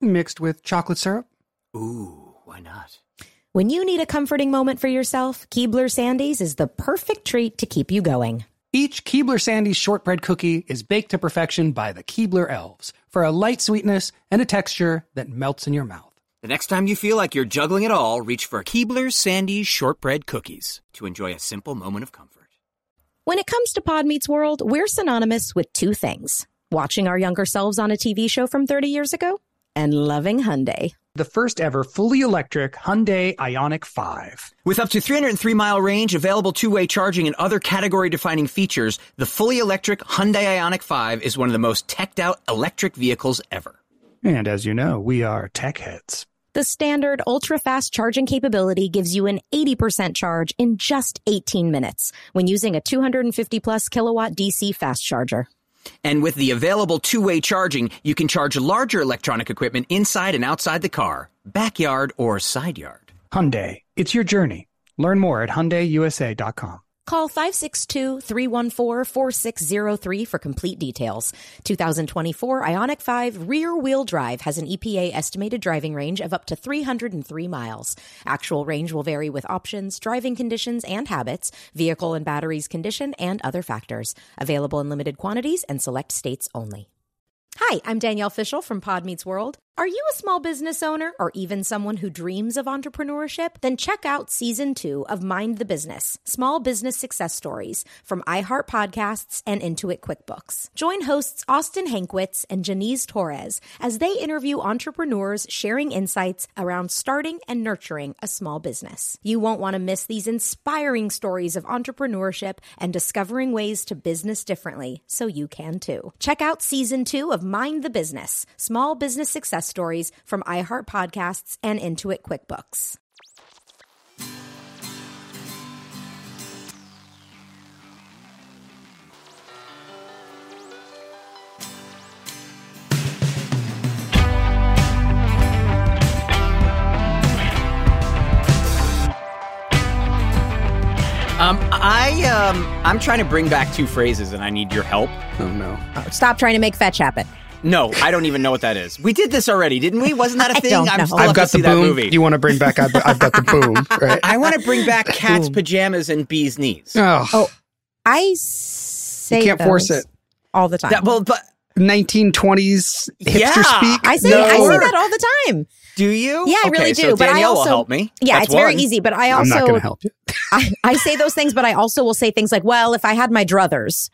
Mixed with chocolate syrup? Ooh, why not? When you need a comforting moment for yourself, Keebler Sandies is the perfect treat to keep you going. Each Keebler Sandy's shortbread cookie is baked to perfection by the Keebler Elves for a light sweetness and a texture that melts in your mouth. The next time you feel like you're juggling it all, reach for Keebler Sandy's shortbread cookies to enjoy a simple moment of comfort. When it comes to Pod Meets World, we're synonymous with two things watching our younger selves on a TV show from 30 years ago and loving Hyundai. The first ever fully electric Hyundai Ionic 5. With up to 303 mile range, available two way charging, and other category defining features, the fully electric Hyundai Ionic 5 is one of the most teched out electric vehicles ever. And as you know, we are tech heads. The standard ultra fast charging capability gives you an 80% charge in just 18 minutes when using a 250 plus kilowatt DC fast charger. And with the available two way charging, you can charge larger electronic equipment inside and outside the car, backyard or side yard. Hyundai, it's your journey. Learn more at HyundaiUSA.com. Call 562 314 4603 for complete details. 2024 Ionic 5 rear wheel drive has an EPA estimated driving range of up to 303 miles. Actual range will vary with options, driving conditions and habits, vehicle and batteries condition, and other factors. Available in limited quantities and select states only. Hi, I'm Danielle Fishel from Pod Meets World. Are you a small business owner or even someone who dreams of entrepreneurship? Then check out season two of Mind the Business Small Business Success Stories from iHeart Podcasts and Intuit QuickBooks. Join hosts Austin Hankwitz and Janice Torres as they interview entrepreneurs sharing insights around starting and nurturing a small business. You won't want to miss these inspiring stories of entrepreneurship and discovering ways to business differently so you can too. Check out season two of Mind the Business Small Business Success Stories from iHeart Podcasts and Intuit QuickBooks. Um, I, um, I'm trying to bring back two phrases and I need your help. Oh no. Stop trying to make fetch happen. No, I don't even know what that is. We did this already, didn't we? Wasn't that a I thing? don't know. I'm still I've up I've to got see the that boom. movie. You want to bring back? I've, I've got the boom, right? I want to bring back cat's pajamas and bees' knees. Uh, Oh, I say can't force those it. all the time. That- well, but 1920s hipster Yeah. speak. I say I say that all the time. do you? Yeah, I Okay, really so do. but I Danielle also will help me. Yeah, That's it's very one. easy. But I I'm also not going to help you. I, I say those things, but I also will say things like, "Well, if I had my druthers,"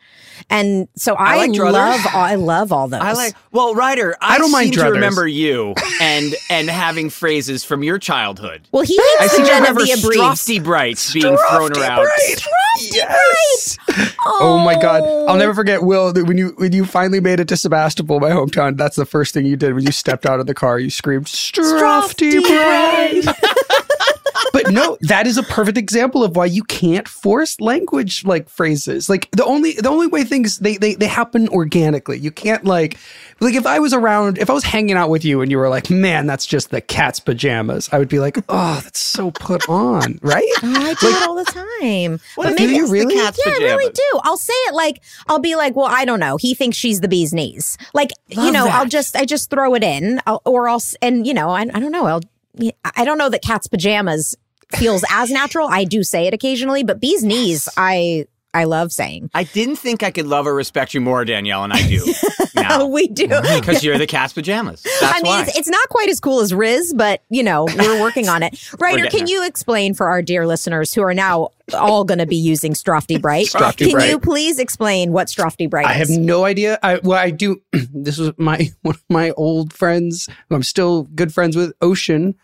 and so I, like druthers. love all, I love all those. I like well, Ryder. I, don't seem mind to druthers. remember you and and having phrases from your childhood. Well, he I hates seem the to Jen of remember the Abreeves. Strofty Brights being thrown around. Yes. Oh my god! I'll never forget Will that when you when you finally made it to Sebastopol, my hometown. That's the first thing you did when you stepped out of the car. You screamed, "Strafty Strafty Bride!" but no, that is a perfect example of why you can't force language like phrases. Like the only the only way things they they they happen organically. You can't like like if I was around, if I was hanging out with you and you were like, "Man, that's just the cat's pajamas," I would be like, "Oh, that's so put on, right?" I do it all the time. What But if maybe it's it's the really- cat's yeah, I really pajamas? do. I'll say it like I'll be like, well, I don't know. He thinks she's the bee's knees. Like you Love know, I'll that. just I just throw it in, I'll, or I'll s- and you know, I, I don't know. I'll I don't know that cat's pajamas feels as natural. I do say it occasionally, but bee's knees, I I love saying. I didn't think I could love or respect you more, Danielle, and I do Oh, now we do. because you're the cat's pajamas. That's I mean, why. it's, it's not quite as cool as Riz, but you know, we're working on it. Ryder, getting can there. you explain for our dear listeners who are now all going to be using Strofty Bright? Strofty can Bright. you please explain what Strofty Bright I have is? no idea. I well, I do. this was my one of my old friends who I'm still good friends with, Ocean.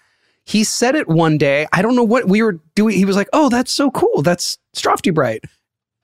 He said it one day. I don't know what we were doing. He was like, "Oh, that's so cool. That's Strofty Bright."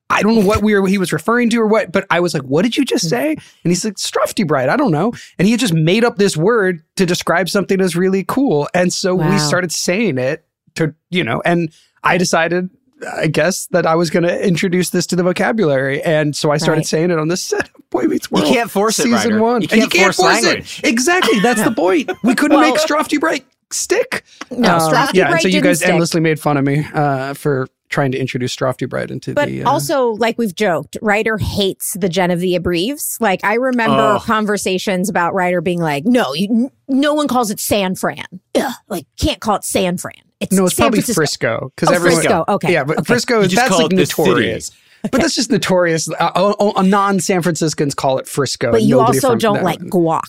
I don't know what we were he was referring to or what, but I was like, "What did you just say?" And he's like, "Strufty bride." I don't know, and he had just made up this word to describe something as really cool, and so Wow. we started saying it to you know, and I decided. I guess that I was going to introduce this to the vocabulary, and so I started Right. saying it on this set of Boy Meets World. can't force it, season Ryder. one. You And can't force language. it. Exactly, that's the point. We couldn't Well- make Strofty Bright stick. Um, No, Strofty yeah, and Bright so you didn't guys stick. endlessly made fun of me uh, for trying to introduce Strofty Bright into But the. Uh, also, like we've joked, Ryder hates the Genevieve Breves. Like I remember Oh. conversations about Ryder being like, "No, you, n- no one calls it San Fran. Ugh, like can't call it San Fran. It's no, it's San probably Francisco. Frisco because Oh, everyone. Frisco, okay, Yeah, but okay. Frisco You is just that's call like it the city. notorious. But that's just notorious. Uh, oh, oh, non-San Franciscans call it Frisco. But and you nobody also from- don't no. like guac.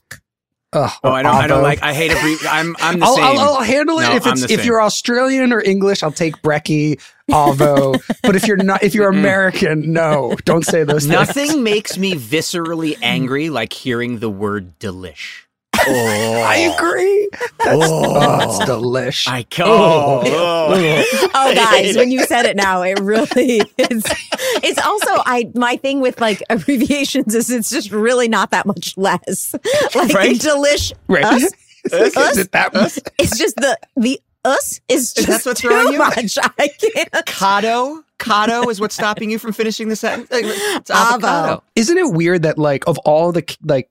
Ugh, Oh, I don't. I don't Avo. like. I hate a brief. I'm. I'm the I'll, same. I'll, I'll handle it No, if I'm it's the if same. you're Australian or English. I'll take brekkie, avo. but if you're not, if you're American, no, don't say those things. Nothing makes me viscerally angry like hearing the word delish. Oh, I agree. That's, oh, that's delish. I can oh, oh. Oh, guys, when you said it now, it really is. It's also I my thing with like abbreviations is it's just really not that much less. Like Right? delish right. us. Is it that much? It's just the the us is Is just that what's too wrong with you? much. I can't. Cado? Cado is what's stopping you from finishing the sentence? Like, It's avocado. Isn't it weird that like of all the like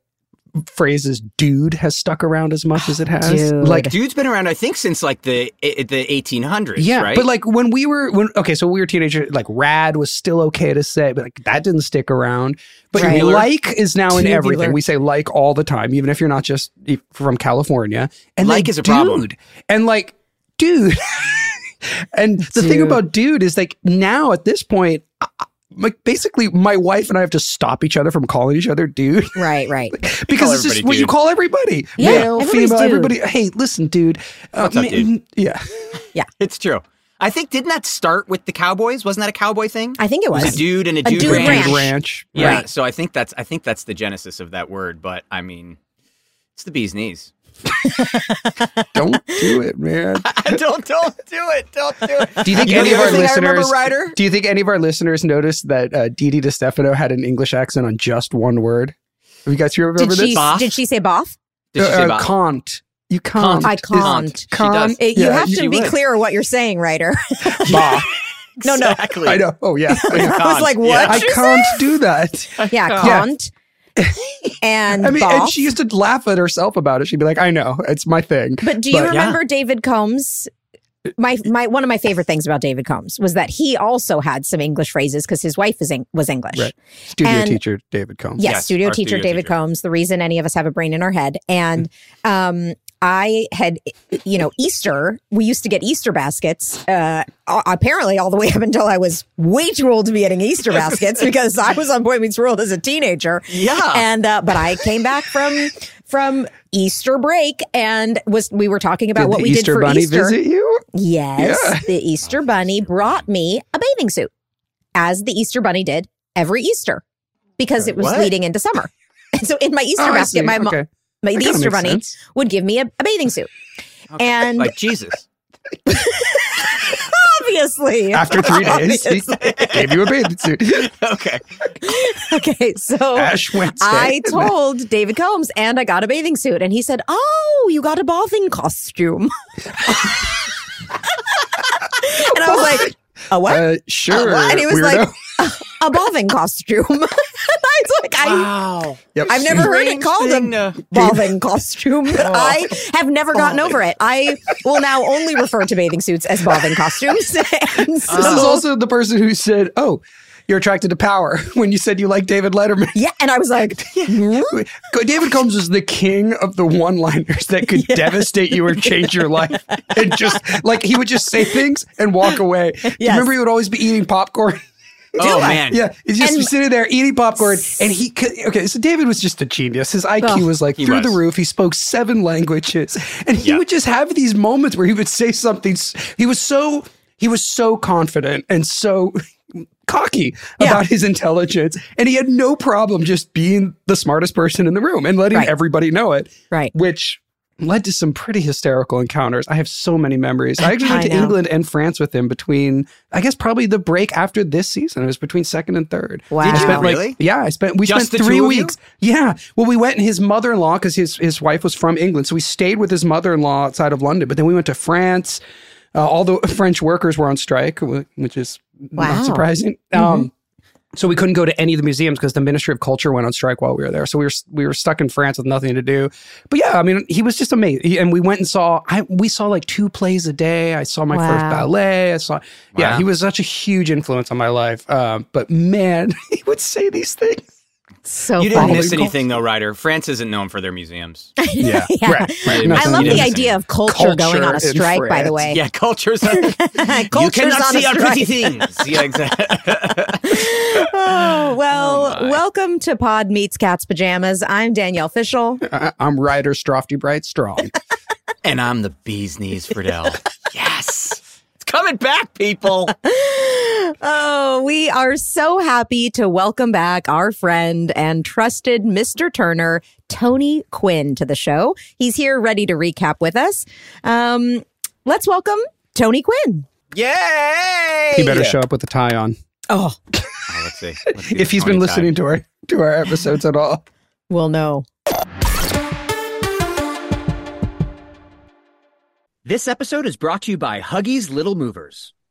phrases, dude has stuck around as much as it has? Dude. Like Dude's been around, I think, since like the eh, the 1800s, yeah, right? but like when we were when okay, so when we were teenagers, like rad was still okay to say, but like that didn't stick around. But Right. like is now in Tubular. everything. We say like all the time, even if you're not just e- from California. And Like then is a problem. dude. and like dude. and the thing Dude. about dude is like now at this point. I- I- Like basically, my wife and I have to stop each other from calling each other dude. Right, right. because Call it's just everybody what you dude. call everybody. Yeah, Male, everybody's female, dude. everybody. Hey, listen, dude. Uh, What's up, ma- dude? Yeah. it's true. I think didn't that start with the cowboys? Wasn't that a cowboy thing? I think it was. a dude and a dude, dude ranch. ranch. Dude ranch. Yeah, Right. so I think that's I think that's the genesis of that word. But I mean, it's the bee's knees. Don't do it, man. don't don't do it. Don't do it. Do you think You know any the of our other thing I remember, listeners? Ryder? Do you think any of our listeners noticed that uh, Dee Dee DeStefano had an English accent on just one word? Have you guys remember did this? she Boff? did she say boff? Did she Uh, say uh, about- can't. You can't. Can't. I can't. Is- She does. Um, It- you Yeah, have you- to you be would. clear what you're saying, Ryder. Bah. No, no. Exactly. I know. Oh yeah. I know. I was like, Yeah. what? I can't do that. yeah, can't. And I mean, boff. and she used to laugh at herself about it. She'd be like, "I know, it's my thing." But do you But- Uh, remember David Combs? My my one of my favorite things about David Combs was that he also had some English phrases because his wife is Eng- was English. Right. Studio And- teacher David Combs. Yes, Yes, studio our teacher studio David teacher. Combs, the reason any of us have a brain in our head. And um, I had, you know, Easter, we used to get Easter baskets, uh, a- apparently all the way up until I was way too old to be getting Easter baskets because I was on Boy Meets World as a teenager. Yeah. And, uh, but I came back from, from Easter break and was, we were talking about Did what the we Easter did for Bunny Easter. visit you? Yes, Yeah. the Easter Bunny brought me a bathing suit, as the Easter Bunny did every Easter, because it was What? leading into summer. And so in my Easter Oh, I see. basket, my, mo- Okay. my That the kinda Easter makes Bunny sense. would give me a, a bathing suit, Okay. and like Jesus. obviously, After three days, he gave you a bathing suit. Okay. okay, so Ash Wednesday. I told David Combs, and I got a bathing suit, and he said, "Oh, you got a bathing costume," and I was like, "A what?" Uh, sure. Uh, and he was weirdo. like, a bathing costume. and I was like, I, Wow. Yep. I've never heard it Strange called thing a to- bathing costume. Oh. I have never gotten over it. I will now only refer to bathing suits as bathing costumes. And so- This is also the person who said, "Oh, you're attracted to power." When you said you like David Letterman, yeah, and I was like, David Combs was the king of the one-liners that could devastate you or change your life. And just like he would just say things and walk away. Do You Yes. remember he would always be eating popcorn. oh I? man. Yeah, he's just And- sitting there eating popcorn, and he could. Okay, so David was just a genius. His IQ Oh. was like He through the was. roof. He spoke seven languages, and he Yeah. would just have these moments where he would say something. s- He was so he was so confident and so cocky Yeah. about his intelligence, and he had no problem just being the smartest person in the room and letting Right. everybody know it. Right. which. led to some pretty hysterical encounters. I have so many memories. I actually went I to know. England and France with him between, I guess, probably the break after this season. It was between second and third. Wow. Did I you spent, like- really? yeah, I spent. We Just spent the three two of you? weeks. Yeah. Well, we went and his mother in law because his his wife was from England, so we stayed with his mother in law outside of London. But then we went to France. Uh, all the French workers were on strike, wh- which is Wow. Mm-hmm. not surprising. Um, so we couldn't go to any of the museums because the Ministry of Culture went on strike while we were there. So we were we were stuck in France with nothing to do. But yeah, I mean, he was just amazing. He- and we went and saw I we saw like two plays a day. I saw my first Wow. ballet. I saw yeah, he was such a huge influence on my life. Um, but man, he would say these things. So You didn't funny. miss anything though, Ryder. France isn't known for their museums. Yeah, Yeah. right. I You love didn't the miss idea anything. of culture, Culture going on a in strike. By the France. way, Yeah, cultures. you Culture's cannot on a see our pretty strike. things. Yeah, exactly. Oh well, welcome to Pod Meets Cat's Pajamas. I'm Danielle Fishel. I, I'm Ryder Strofty Bright Strong. and I'm the bee's knees Friedel. yes. It's coming back, people. Oh, we are so happy to welcome back our friend and trusted Mr. Turner, Tony Quinn, to the show. He's here ready to recap with us. Um, let's welcome Tony Quinn. Yay! he better show up with a tie on Oh, Oh, let's see. Let's see if the he's been pony listening to our to our episodes at all. we'll know. This episode is brought to you by Huggies Little Movers.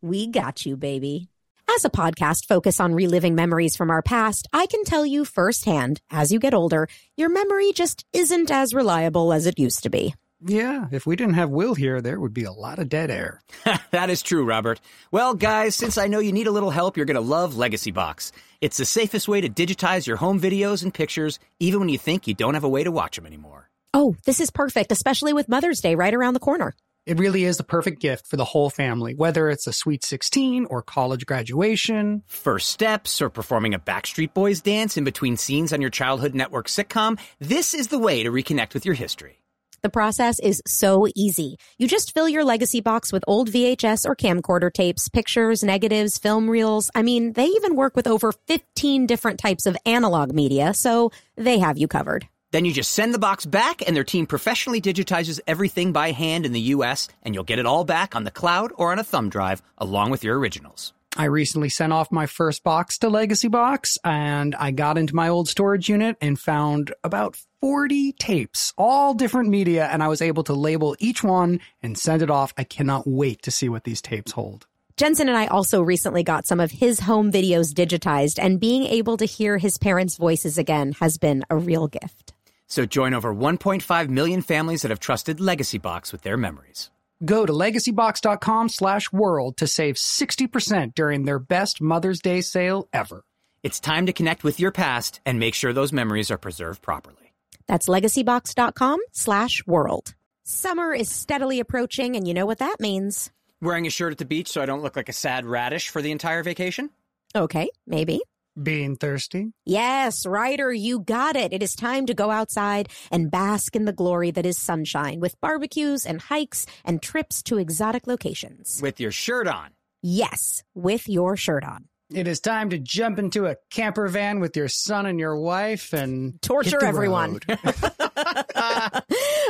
We got you, baby. As a podcast focused on reliving memories from our past, I can tell you firsthand, as you get older, your memory just isn't as reliable as it used to be. Yeah, if we didn't have Will here, there would be a lot of dead air. that is true, Robert. Well, guys, since I know you need a little help, you're going to love Legacy Box. It's the safest way to digitize your home videos and pictures, even when you think you don't have a way to watch them anymore. Oh, this is perfect, especially with Mother's Day right around the corner. It really is the perfect gift for the whole family, whether it's a sweet 16 or college graduation. First steps or performing a Backstreet Boys dance in between scenes on your childhood network sitcom, this is the way to reconnect with your history. The process is so easy. You just fill your legacy box with old VHS or camcorder tapes, pictures, negatives, film reels. I mean, they even work with over 15 different types of analog media, so they have you covered. Then you just send the box back, and their team professionally digitizes everything by hand in the US, and you'll get it all back on the cloud or on a thumb drive along with your originals. I recently sent off my first box to Legacy Box, and I got into my old storage unit and found about 40 tapes, all different media, and I was able to label each one and send it off. I cannot wait to see what these tapes hold. Jensen and I also recently got some of his home videos digitized, and being able to hear his parents' voices again has been a real gift. So join over 1.5 million families that have trusted Legacy Box with their memories. Go to legacybox.com slash world to save 60% during their best Mother's Day sale ever. It's time to connect with your past and make sure those memories are preserved properly. That's legacybox.com slash world. Summer is steadily approaching, and you know what that means. Wearing a shirt at the beach so I don't look like a sad radish for the entire vacation? Okay, maybe. Being thirsty? Yes, Ryder, you got it. It is time to go outside and bask in the glory that is sunshine with barbecues and hikes and trips to exotic locations. With your shirt on. Yes, with your shirt on. It is time to jump into a camper van with your son and your wife and hit Torture the everyone. road.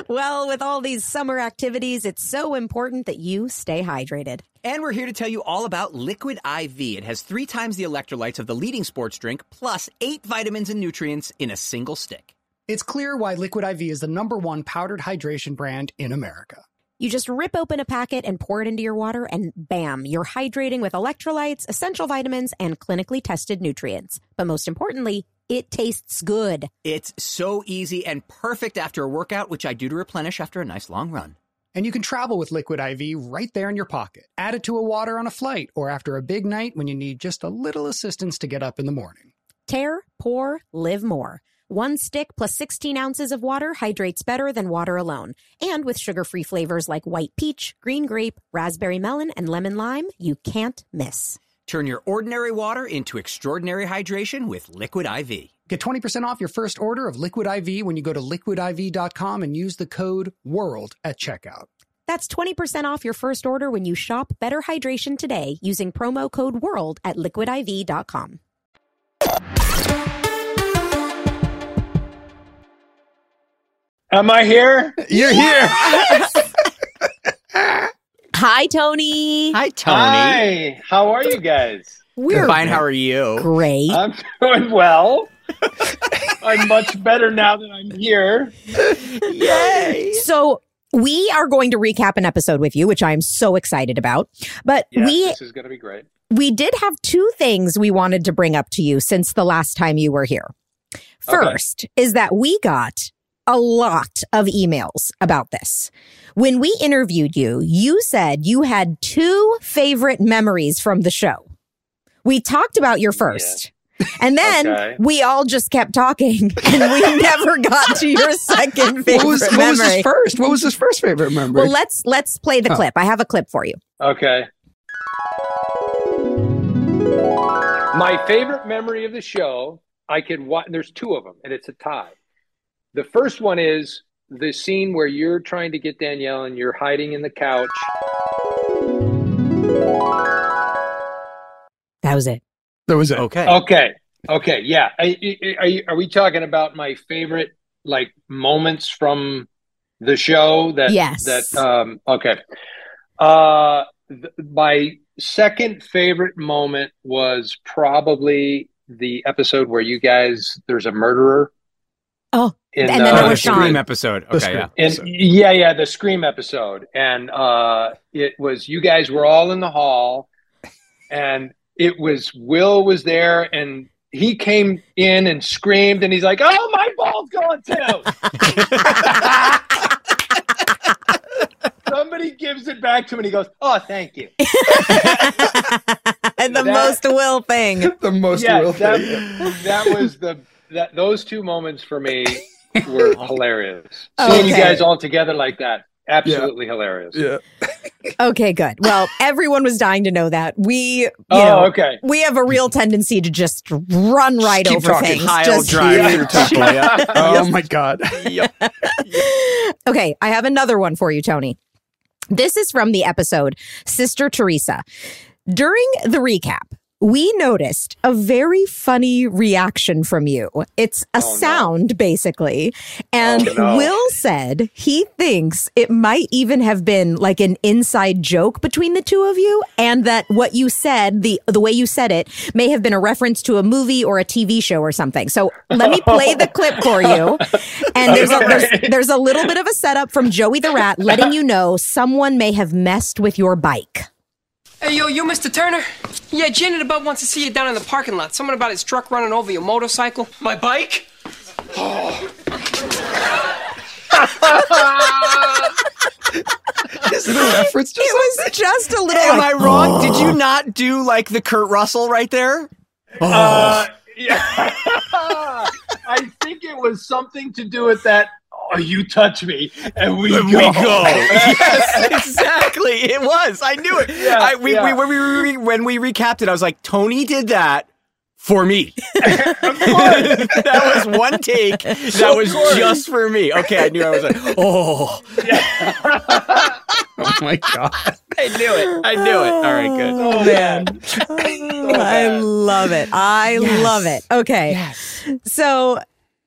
Well, with all these summer activities, it's so important that you stay hydrated. And we're here to tell you all about Liquid IV. It has three times the electrolytes of the leading sports drink, plus eight vitamins and nutrients in a single stick. It's clear why Liquid IV is the number one powdered hydration brand in America. You just rip open a packet and pour it into your water, and bam, you're hydrating with electrolytes, essential vitamins, and clinically tested nutrients. But most importantly, it tastes good. It's so easy and perfect after a workout, which I do to replenish after a nice long run. And you can travel with Liquid IV right there in your pocket. Add it to a water on a flight or after a big night when you need just a little assistance to get up in the morning. Tear, pour, live more. One stick plus 16 ounces of water hydrates better than water alone. And with sugar free flavors like white peach, green grape, raspberry melon, and lemon lime, you can't miss. Turn your ordinary water into extraordinary hydration with Liquid IV. Get 20% off your first order of Liquid IV when you go to liquidiv.com and use the code WORLD at checkout. That's 20% off your first order when you shop Better Hydration today using promo code WORLD at liquidiv.com. Am I here? You're here. Hi, Tony. Hi, Tony. Hi. How are you guys? We're Fine, how are you? great. I'm doing well. I'm much better now that I'm here. Yay! So we are going to recap an episode with you, which I'm so excited about. But Yeah, we this is going to be great. we did have two things we wanted to bring up to you since the last time you were here. Okay. First is that we got a lot of emails about this. When we interviewed you, you said you had two favorite memories from the show. We talked about your Yeah. first. And then Okay. we all just kept talking and we never got to your second favorite what was memory. what was his first? What was his first favorite memory? Well, let's let's play the Oh. clip. I have a clip for you. Okay. My favorite memory of the show, I could watch. There's two of them, and it's a tie. The first one is the scene where you're trying to get Danielle and you're hiding in the couch. That was it. that was it. Okay. Okay. Okay. Yeah. I- I- I- Are, you- are we talking about my favorite like moments from the show? That Yes. That um. Okay. Uh, th- my second favorite moment was probably the episode where you guys there's a murderer. Oh, in, and then uh, there Oh, was the Sean. Scream episode. The Okay, Scream. yeah. and yeah, yeah, the Scream episode. And uh it was you guys were all in the hall and it was Will was there and he came in and screamed and he's like, Oh my ball's going too. Somebody gives it back to him and he goes, Oh, thank you. and the That- most will thing. the most yeah, real that, thing. that was the that those two moments for me were hilarious. Seeing you Okay. guys all together like that, absolutely hilarious. Yeah. Okay, good. Well, everyone was dying to know that. We, you Oh, know, okay. we have a real tendency to just run right keep over talking. things. Pile Just- drive through people. Yeah. Oh my god. Okay, I have another one for you, Tony. This is from the episode Sister Teresa. During the recap, we noticed a very funny reaction from you. It's a no. sound, basically. And Oh, no. Will said he thinks it might even have been like an inside joke between the two of you, and that what you said, the, the way you said it, may have been a reference to a movie or a TV show or something. So let me play the clip for you. And there's a, there's, there's a little bit of a setup from Joey the Rat letting you know someone may have messed with your bike. Hey, yo, you, Mr. Turner? Yeah, Jan and the Bub wants to see you down in the parking lot. Someone about his truck running over your motorcycle. My bike? Is it a reference to It something? was just a Oh, little. Am like, I wrong? Did you not do like the Kurt Russell right there? Uh, yeah. I think it was something to do with that. Oh, you touch me, and we go. yes, exactly. It was. I knew it. Yeah, I, we, yeah. we, when, we re- when we recapped it, I was like, Tony did that for me. that was one take. That was just for me. Okay, I knew I was like, oh, Oh my god. I knew it. I knew it. All right, good. Oh man, I Uh, love it. I love it. Okay. So,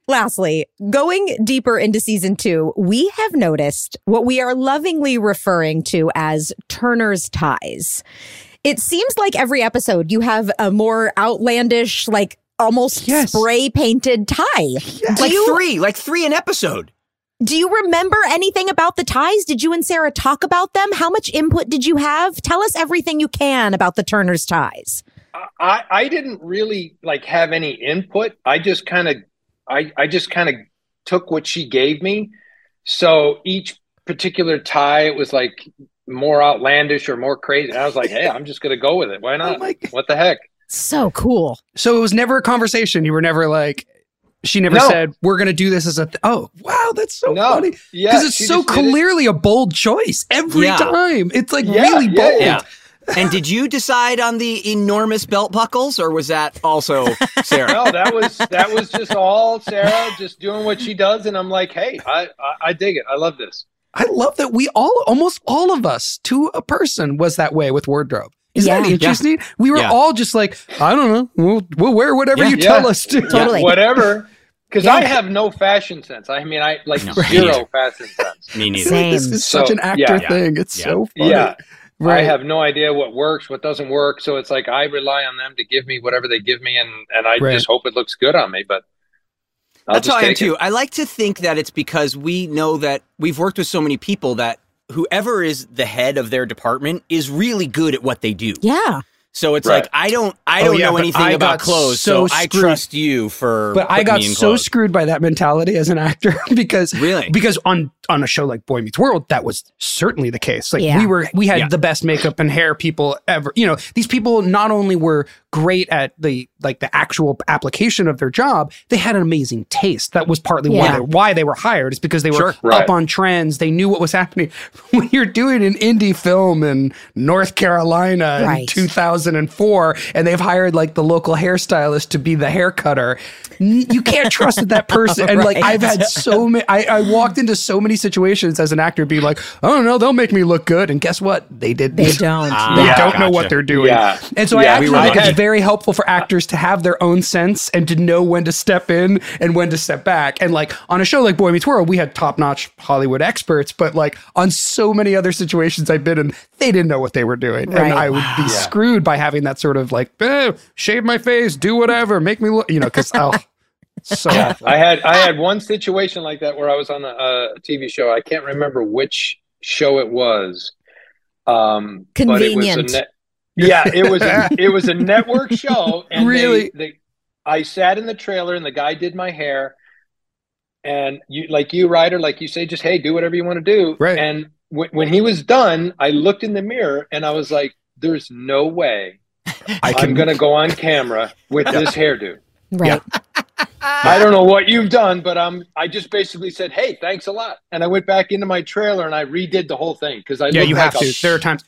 lastly, going deeper into season two, we have noticed what we are lovingly referring to as Turner's ties. It seems like every episode you have a more outlandish, like almost Yes. spray painted tie. Do Like you three, like three an episode. do you remember anything about the ties? Did you and Sarah talk about them? How much input did you have? Tell us everything you can about the Turner's ties. I, I didn't really like have any input. I just kind of, I, I just kind of took what she gave me. So each particular tie, it was like more outlandish or more crazy. And I was like, hey, I'm just gonna go with it. Why not? my God. what the heck? So cool. So it was never a conversation. You were never like, She never No. said we're going to do this as a. Th- oh wow, that's so No. funny because Yeah, it's she so just did it. clearly a bold choice every Yeah. time. It's like Yeah, really yeah, bold. yeah. and did you decide on the enormous belt buckles, or was that also Sarah? No, that was that was just all Sarah just doing what she does, and I'm like, hey, I I, I dig it. I love this. I love that we all, almost all of us, to a person, was that way with wardrobe. Isn't that Yeah. interesting? We were Yeah. all just like, I don't know, we'll, we'll wear whatever Yeah. you Yeah. tell us to. Totally. Whatever. Because I Yeah. have no fashion sense. I mean, I like No, me neither. zero fashion sense. Me neither. Same. This is such So, an actor yeah. Yeah. thing. It's Yeah. so funny. Yeah. Right. I have no idea what works, what doesn't work. So it's like I rely on them to give me whatever they give me, and and I Right. just hope it looks good on me. But I'll That's just how I am take it. too. I like to think that it's because we know that we've worked with so many people that whoever is the head of their department is really good at what they do. Yeah. So it's Right. like I don't I Oh, don't yeah, know but anything I about got clothes, so so, I screwed. trust you for. but I putting got me in so clothes. screwed by that mentality as an actor because Really? because on on a show like Boy Meets World that was certainly the case. Like Yeah. we were we had Yeah. the best makeup and hair people ever. You know, these people not only were great at the like the actual application of their job, they had an amazing taste. That was partly Yeah. why they, why they were hired is because they were Sure. up Right. on trends. They knew what was happening. when you're doing an indie film in North Carolina uh, in Right. 2004 and they've hired like the local hairstylist to be the hair cutter N- you can't trust that, that person and like Right. i've had so many I, I walked into so many situations as an actor being like oh no they'll make me look good and guess what they didn't They don't. Ah. They Yeah. don't know Gotcha. what they're doing Yeah. and so i Yeah, actually we were think lucky. it's very helpful for actors to have their own sense and to know when to step in and when to step back and like on a show like boy meets world we had top-notch hollywood experts but like on so many other situations i've been in they didn't know what they were doing Right. and i would be screwed by having that sort of like eh, shave my face do whatever make me look you know because oh so awful. I had I had one situation like that where I was on a, a TV show. I can't remember which show it was. Um, but it was a Convenient. net- yeah, it was a, it was a network show. And Really? really, they, I sat in the trailer and the guy did my hair. And you, like you, Ryder, like you say, just hey, do whatever you want to do. Right. And w- when he was done, I looked in the mirror and I was like, "There's no way i I'm can going to go on camera with this hairdo." Right. I don't know what you've done, but um, I just basically said, "Hey, thanks a lot," and I went back into my trailer and I redid the whole thing because I yeah looked you like have a- to there are times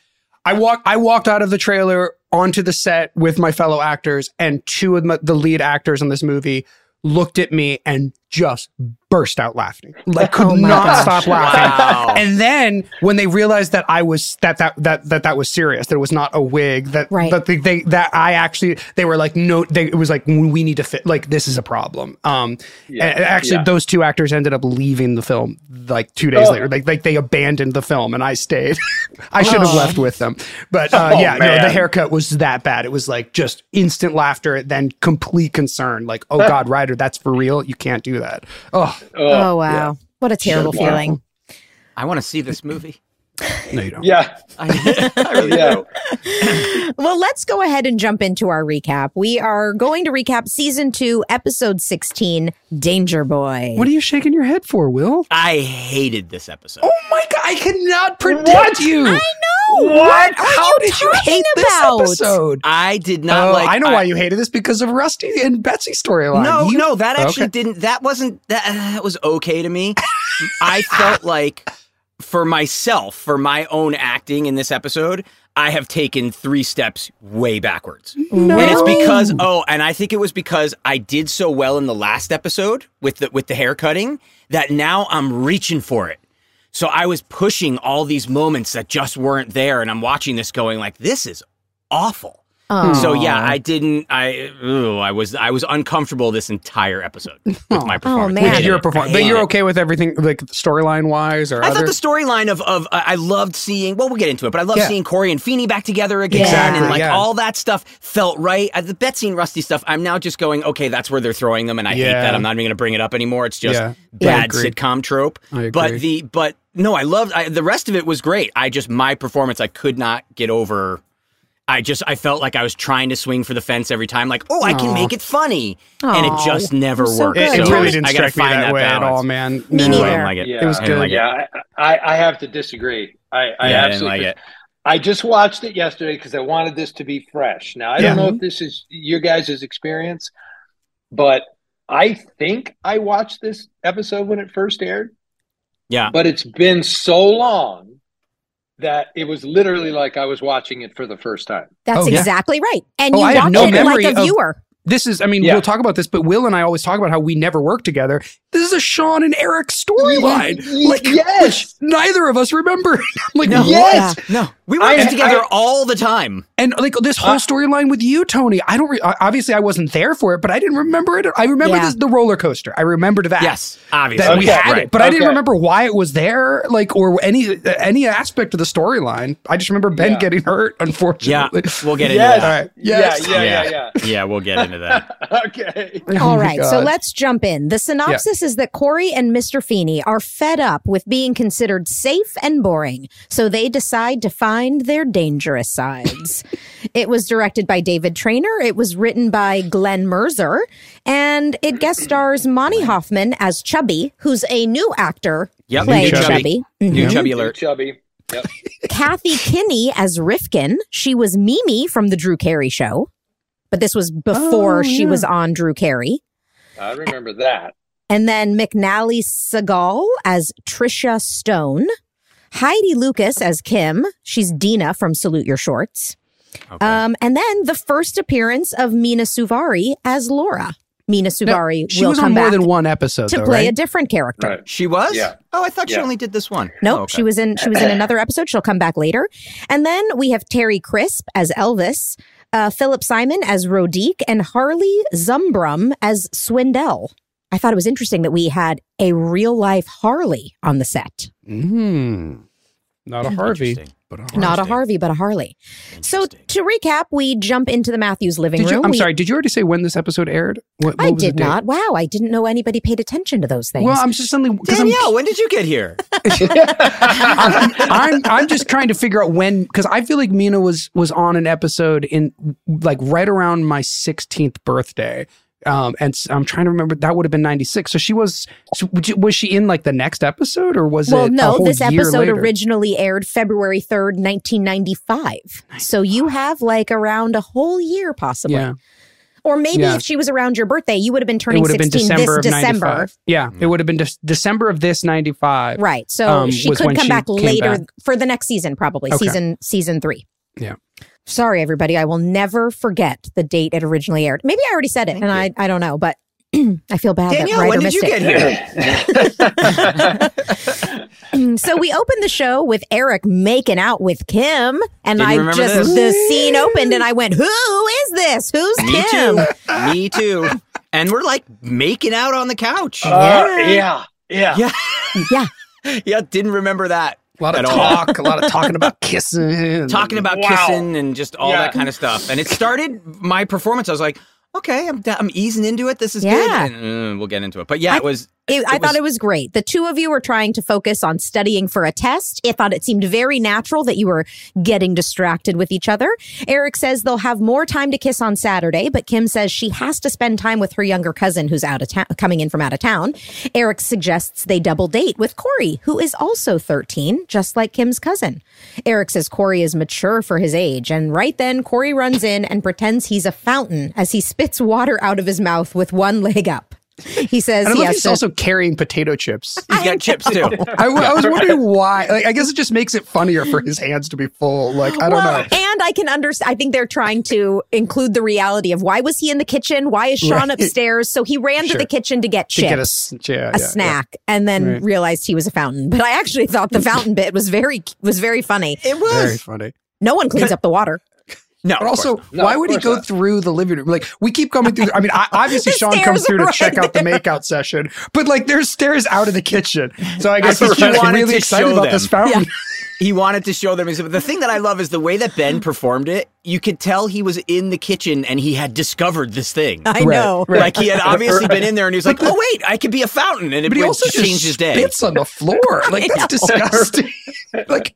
i walk i walked out of the trailer onto the set with my fellow actors and two of my, the lead actors in this movie looked at me and just burst out laughing like could Oh my not gosh. stop laughing Wow. and then when they realized that i was that that that that, that was serious that it was not a wig that Right. that they, they that i actually they were like no they, it was like we need to fit like this is a problem um Yeah. and actually Yeah. those two actors ended up leaving the film like two days Oh. later like like they abandoned the film and i stayed I should have Aw. left with them. But uh, Oh, yeah, no, the man. haircut was that bad. It was like just instant laughter, then complete concern. Like, oh God, Ryder, that's for real. You can't do that. Oh, Ugh. oh, wow. What a terrible Wow. feeling. I want to see this movie. no, you don't. yeah, I, I really Yeah. do. Well, let's go ahead and jump into our recap. We are going to recap season two, episode 16, Danger Boy. What are you shaking your head for, Will? I hated this episode. Oh my God, I cannot predict you. I know. What? are How did you talking hate this about? episode? I did not Oh, like. I know why you hated this because of Rusty and Betsy storyline. No, You- no, that actually Okay. didn't. That wasn't. That, that was okay to me. I felt like for myself, for my own acting in this episode, I have taken three steps way backwards. No. And it's because oh, and I think it was because I did so well in the last episode with the with the hair cutting that now I'm reaching for it. So I was pushing all these moments that just weren't there, and I'm watching this going like, this is awful. So yeah, I didn't. I ooh, I was I was uncomfortable this entire episode with my performance. man. I Which hated you're it. I performing, but hated you're it. okay with everything, like storyline wise, or I other. thought the storyline of of I I loved seeing. Well, we'll get into it, but I loved Yeah. seeing Corey and Feeney back together again, Exactly, and like yeah. all that stuff felt right. Uh, the Betsy and Rusty stuff. I'm now just going, okay, that's where they're throwing them, and I Yeah. hate that. I'm not even going to bring it up anymore. It's just Yeah, I bad agree. sitcom trope. I agree. But the but no, I loved I, the rest of it was great. I just my performance, I could not get over. I just I felt like I was trying to swing for the fence every time, like oh I can make it funny, and it Aw. just never so worked. good. it, it So really didn't I gotta strike me find that, way at balance. all, man. Me No, I neither. didn't like it. yeah, It was I good. didn't like it. yeah. I, I, I have to disagree. I, I Yeah, I didn't absolutely. like it. I just watched it yesterday because I wanted this to be fresh. Now I Yeah. don't know if this is your guys' experience, but I think I watched this episode when it first aired, Yeah. but it's been so long that it was literally like I was watching it for the first time. That's Oh, yeah. exactly right. And Oh, you I have watch no it like memory a of- viewer. This is, I mean, Yeah. we'll talk about this, but Will and I always talk about how we never work together. This is a Sean and Eric storyline. Ye- Like, yes. which neither of us remember. like, No. yes. No, we worked I- together I- all the time. And like this whole Uh, storyline with you, Tony, I don't, re- I- obviously I wasn't there for it, but I didn't remember it. I remember Yeah. this, the roller coaster. I remembered that. Yes, obviously. That we Okay, had right, it, but I didn't okay. remember why it was there, like or any any aspect of the storyline. I just remember Ben Yeah. getting hurt, Yeah, unfortunately. we'll get into Yes. All that. right. Yes. Yeah, yeah, yeah, Yeah, we'll get into that. yeah. okay. Oh All my right, so God. let's jump in. The synopsis is that Corey and Mr. Feeney are fed up with being considered safe and boring, so they decide to find their dangerous sides. it was directed by David Trainer. It was written by Glenn Mercer, and it guest stars Monty Hoffman as Chubby, who's a new actor Yep, Mm-hmm. playing new Chubby. Chubby. Mm-hmm. New chubby alert. Chubby. Kathy Kinney as Rifkin. She was Mimi from the Drew Carey Show, but this was before Oh, she yeah. was on Drew Carey. I remember that. And then McNally Segal as Trisha Stone. Heidi Lucas as Kim. She's Dina from Salute Your Shorts. Okay. Um, and then the first appearance of Mina Suvari as Laura. Mina Suvari she will was come on more back than one episode, to though, play a right? different character. Right. she was. Yeah. Oh, I thought she Yeah. only did this one. Nope, Oh, okay. she was in she was in another episode. She'll come back later. And then we have Terry Crisp as Elvis, uh, Philip Simon as Rodique, and Harley Zumbrum as Swindell. I thought it was interesting that we had a real life Harley on the set. Mm. Not a Harvey, Interesting. but a Harvey. Not a Harvey, but a Harley. So Interesting. to recap, we jump into the Matthews living Did you, room. I'm We- sorry. Did you already say when this episode aired? What, what I was the did date? not. Wow, I didn't know anybody paid attention to those things. Well, I'm just suddenly because I'm, Danielle, when did you get here? Uh, I'm I'm I'm just trying to figure out when because I feel like Mina was was on an episode in like right around my 16th birthday. Um, and s- I'm trying to remember that would have been 96. So she was so would you- was she in like the next episode or was well, it? a no, whole this year episode later? originally aired February 3rd, 1995. So you have like around a whole year possibly. Yeah, Or maybe Yeah. if she was around your birthday, you would have been it turning would have been 16 December of this December. 95. Yeah, it would have been de- December of this 95. Right. So Um, she was could when come she back came later back. for the next season, probably Okay. season season three. Yeah. Sorry, everybody. I will never forget the date it originally aired. Maybe I already said it, and I, I don't know, but I feel bad that Danielle, writer when did missed you it. get here? Um, so we opened the show with Eric making out with Kim, and Didn't I remember just this. the scene opened, and I went, "Who is this? Who's Me Kim?" too. Me too. And we're like making out on the couch. Uh, yeah. Yeah. yeah. Yeah. yeah. Didn't remember that. A lot of at all. talk, a lot of talking about kissing, Talking about Wow. kissing and just all Yeah. that kind of stuff. And it started my performance. I was like, okay, I'm, I'm easing into it. This is Yeah. good. And, uh, we'll get into it. But yeah, I- it was. It, I It thought was- it was great. The two of you were trying to focus on studying for a test. I thought it seemed very natural that you were getting distracted with each other. Eric says they'll have more time to kiss on Saturday, but Kim says she has to spend time with her younger cousin who's out of town, coming in from out of town. Eric suggests they double date with Corey, who is also 13, just like Kim's cousin. Eric says Corey is mature for his age, and right then Corey runs in and pretends he's a fountain as he spits water out of his mouth with one leg up. He says And I he love has he's to- also carrying potato chips. He's got chips I, too. w- I was wondering why. Like, I guess it just makes it funnier for his hands to be full. Like, I don't know. And I can understand. I think they're trying to include the reality of why was he in the kitchen? Why is Sean Right. upstairs? So he ran to Sure. the kitchen to get To chips, get a, s- yeah, a yeah, snack, and then Right. realized he was a fountain. But I actually thought the fountain bit was very was very funny. It yeah. Very was. funny. No one cleans up the water. No. But of course also, No, why of would he course go not. through the living room? Like, we keep coming through. I mean, I, obviously, The Sean stairs comes through are to right check out the there. makeout session, but like, there's stairs out of the kitchen. So I guess think he's he just wanted really to excited show about them. this fountain. he wanted to show them his. The thing that I love is the way that Ben performed it. You could tell he was in the kitchen and he had discovered this thing. I Right. know. Right. Like he had obviously been in there and he was like, "Oh wait, I could be a fountain," and it But he would also just change his day. spits on the floor. Like that's disgusting. like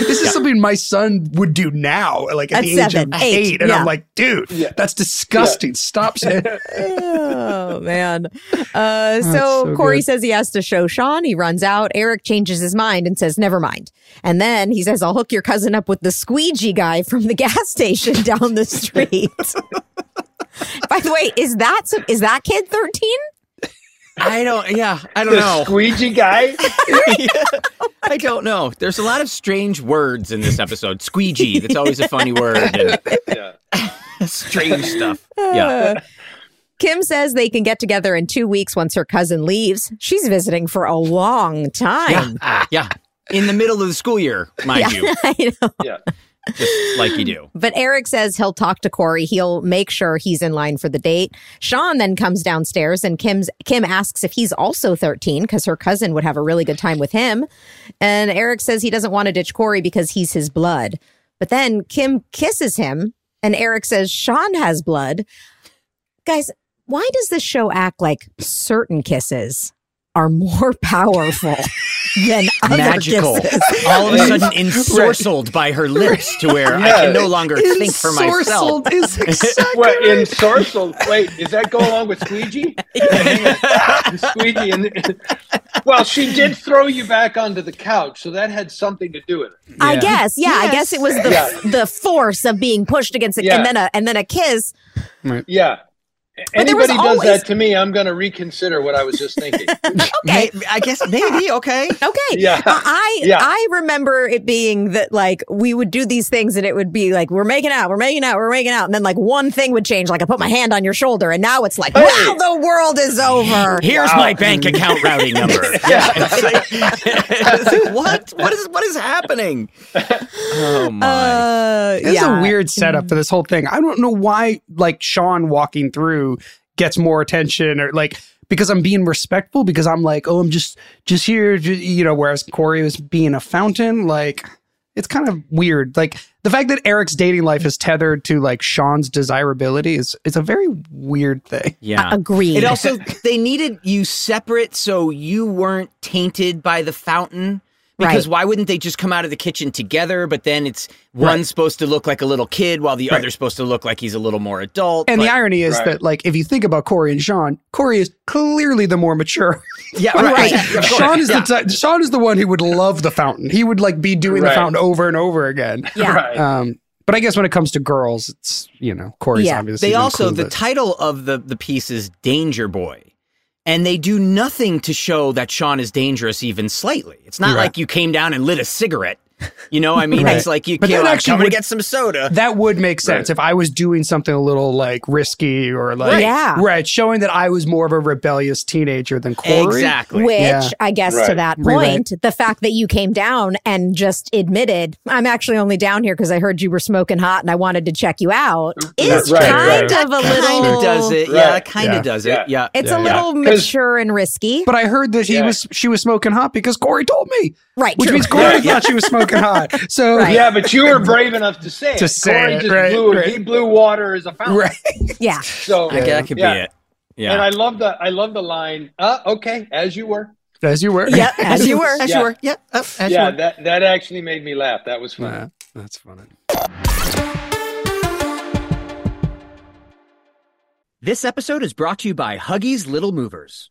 this is something my son would do now, like at, At the seven, age of eight, eight, and yeah. I'm like, dude, Yeah. that's disgusting. Stop saying. oh man. Uh, so, so Corey good. says he has to show Sean. He runs out. Eric changes his mind and says, never mind. And then he says, I'll hook your cousin up with the squeegee guy from the gas station down the street. By the way, is that some, is that kid 13? I don't. Yeah, I don't The know. squeegee guy. I don't know. There's a lot of strange words in this episode. Squeegee. That's always a funny word. and yeah. strange stuff. Yeah. Kim says they can get together in two weeks once her cousin leaves. She's visiting for a long time. Yeah. Yeah. In the middle of the school year, mind you, I know. Yeah. just like you do. But Eric says he'll talk to Corey. He'll make sure he's in line for the date. Sean then comes downstairs and Kim's Kim asks if he's also 13 because her cousin would have a really good time with him. And Eric says he doesn't want to ditch Corey because he's his blood. But then Kim kisses him and Eric says Sean has blood. Guys, why does this show act like certain kisses are more powerful than other Magical. kisses? All of a sudden, ensorcelled by her lips to where I can no longer think for myself. Ensorcelled is exactly Well, in Sorcel, wait, does that go along with Squeegee? squeegee, and well, she did throw you back onto the couch, so that had something to do with it. I guess, yeah, I guess it was the the force of being pushed against it, Yeah. and then a and then a kiss. Yeah. But there was Anybody does always- that to me, I'm going to reconsider what I was just thinking. Okay, May- I guess maybe okay. okay. Yeah. I I- Yeah. I remember it being that like we would do these things, and it would be like we're making out, we're making out, we're making out, and then like one thing would change, like I put my hand on your shoulder, and now it's like, Hey. wow, the world is over. Here's my bank account routing number. yeah. It's like, it's like, what? What is what is happening? Oh my. Uh, It's yeah. a weird setup for this whole thing. I don't know why, like Sean walking through gets more attention, or like because I'm being respectful because I'm like, oh, I'm just just here, ju- you know. Whereas Corey was being a fountain, like it's kind of weird. Like the fact that Eric's dating life is tethered to like Sean's desirability is it's a very weird thing. yeah. Agreed. It also they needed you separate so you weren't tainted by the fountain. Because Right. why wouldn't they just come out of the kitchen together? But then it's one's supposed to look like a little kid while the other's supposed to look like he's a little more adult. And the but- irony is Right. that, like, if you think about Corey and Sean, Corey is clearly the more mature. yeah, one, right. like, Of course. Sean is Yeah. the ty- Sean is the one who would love the fountain. He would like be doing the Right. fountain over and over again. yeah. Right. Um, but I guess when it comes to girls, it's you know Corey's Yeah. obviously. They been also the clueless. title of the the piece is Danger Boy, and they do nothing to show that Sean is dangerous even slightly. It's not Right. like you came down and lit a cigarette. You know, I mean, Right. it's like you But came that out actually coming would- to get some soda. that would make sense if I was doing something a little like risky or like Right. Yeah. right, showing that I was more of a rebellious teenager than Corey. Exactly. Which Yeah. I guess to Right. that point, Rewrite. the fact that you came down and just admitted, I'm actually only down here because I heard you were smoking hot and I wanted to check you out is Right, kind right. of a Kind little of does it. Yeah, Right. kind of Yeah. does it. Yeah. Yeah. It's a Yeah. little 'Cause- mature and risky. But I heard that he Yeah. was she was smoking hot because Corey told me, right. which true. means Corey thought she was smoking hot. So Right. Yeah, but you were brave enough to say To it. say Corey it, just right, blew right. he blew water as a fountain. right. yeah. So I guess that could yeah. be it. Yeah. And I love the I love the line. Uh, okay, as you were. as you were. Yeah. As you were. Yeah. Yeah. Oh, as yeah, you were. that that actually made me laugh. That was funny. Uh, that's funny. This episode is brought to you by Huggies Little Movers.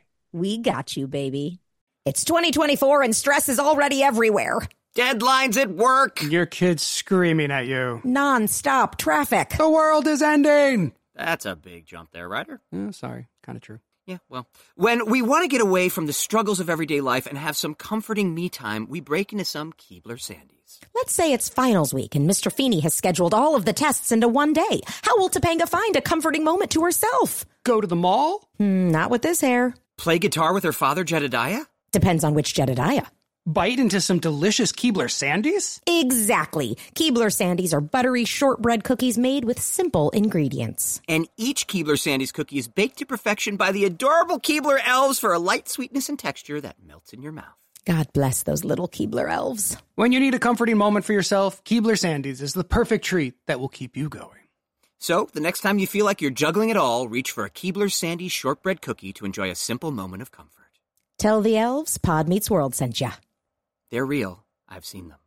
We got you, baby. It's 2024 and stress is already everywhere. Deadlines at work. Your kid's screaming at you. Non-stop traffic. The world is ending. That's a big jump there, Ryder. Oh, sorry, kind of true. Yeah, well, when we want to get away from the struggles of everyday life and have some comforting me time, we break into some Keebler Sandies. Let's say it's finals week and Mr. Feeney has scheduled all of the tests into one day. How will Topanga find a comforting moment to herself? Go to the mall? Hmm, not with this hair. Play guitar with her father, Jedediah? Depends on which Jedediah. Bite into some delicious Keebler Sandies? Exactly. Keebler Sandies are buttery shortbread cookies made with simple ingredients. And each Keebler Sandies cookie is baked to perfection by the adorable Keebler elves for a light sweetness and texture that melts in your mouth. God bless those little Keebler elves. When you need a comforting moment for yourself, Keebler Sandies is the perfect treat that will keep you going. So, the next time you feel like you're juggling it all, reach for a Keebler Sandy shortbread cookie to enjoy a simple moment of comfort. Tell the elves Pod Meets World sent ya. They're real. I've seen them.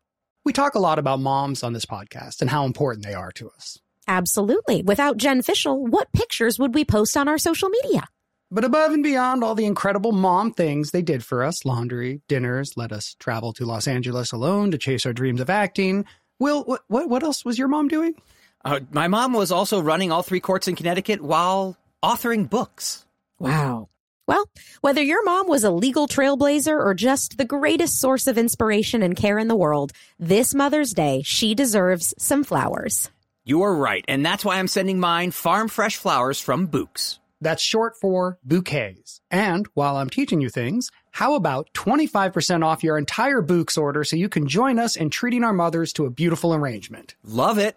We talk a lot about moms on this podcast and how important they are to us. Absolutely. Without Jen Fishel, what pictures would we post on our social media? But above and beyond all the incredible mom things they did for us laundry, dinners, let us travel to Los Angeles alone to chase our dreams of acting. Will, what, what, what else was your mom doing? Uh, my mom was also running all three courts in Connecticut while authoring books. Wow. Well, whether your mom was a legal trailblazer or just the greatest source of inspiration and care in the world, this Mother's Day, she deserves some flowers. You are right, and that's why I'm sending mine farm fresh flowers from Books. That's short for bouquets. And while I'm teaching you things, how about 25% off your entire Books order so you can join us in treating our mothers to a beautiful arrangement? Love it.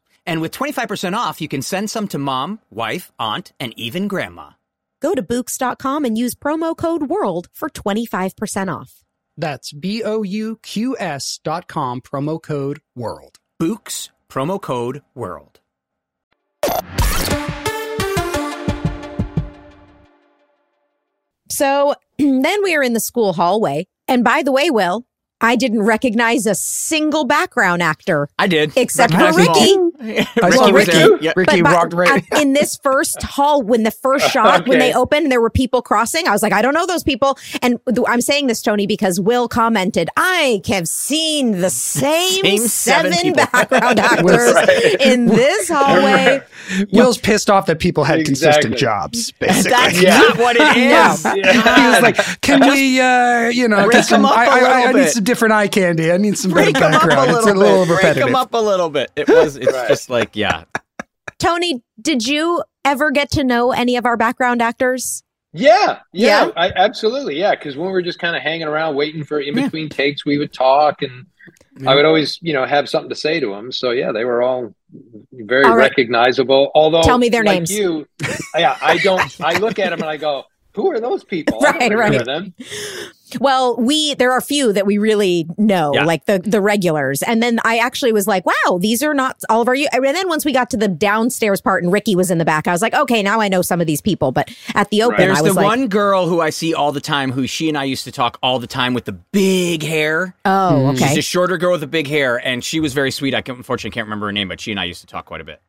And with 25% off, you can send some to mom, wife, aunt, and even grandma. Go to Books.com and use promo code WORLD for 25% off. That's B O U Q S dot com, promo code WORLD. Books, promo code WORLD. So then we are in the school hallway. And by the way, Will, I didn't recognize a single background actor I did. except for Recognize them Ricky. Ricky saw was there. Ricky. Yep. Ricky by- rocked right. uh, in this first hall when the first shot when they Okay. opened and there were people crossing i was like i don't know those people and th- i'm saying this tony because will commented i have seen the same, Same seven, seven people." background actors in this hallway Will's pissed off that people had consistent Exactly. jobs, basically. That's Yeah. not what it is. he was like, "Can we, uh, you know, Break get some, 'em up I, a I- I- I little need bit. some different eye candy. I need some Break better them up background. a it's a little little bit. Break repetitive." them up a little bit. It was. It's Right. just like yeah. tony did you ever get to know any of our background actors Yeah, yeah, Yeah? I, absolutely, yeah. Because when we were just kind of hanging around, waiting for in between takes, we would talk, and I would always, you know, have something to say to them. So yeah, they were all very All right. recognizable. Although, Tell me their like names. You, yeah, I don't. I look at them and I go, "Who are those people?" I don't Right, right. remember Them. well we there are a few that we really know Yeah. like the the regulars and then i actually was like wow these are not all of our u-" and then once we got to the downstairs part and ricky was in the back i was like okay now i know some of these people but at the open There's i was the like one girl who I see all the time, who she and I used to talk all the time with the big hair. oh okay Hmm. She's a shorter girl with the big hair, and she was very sweet. I can, unfortunately can't remember her name, but she and I used to talk quite a bit.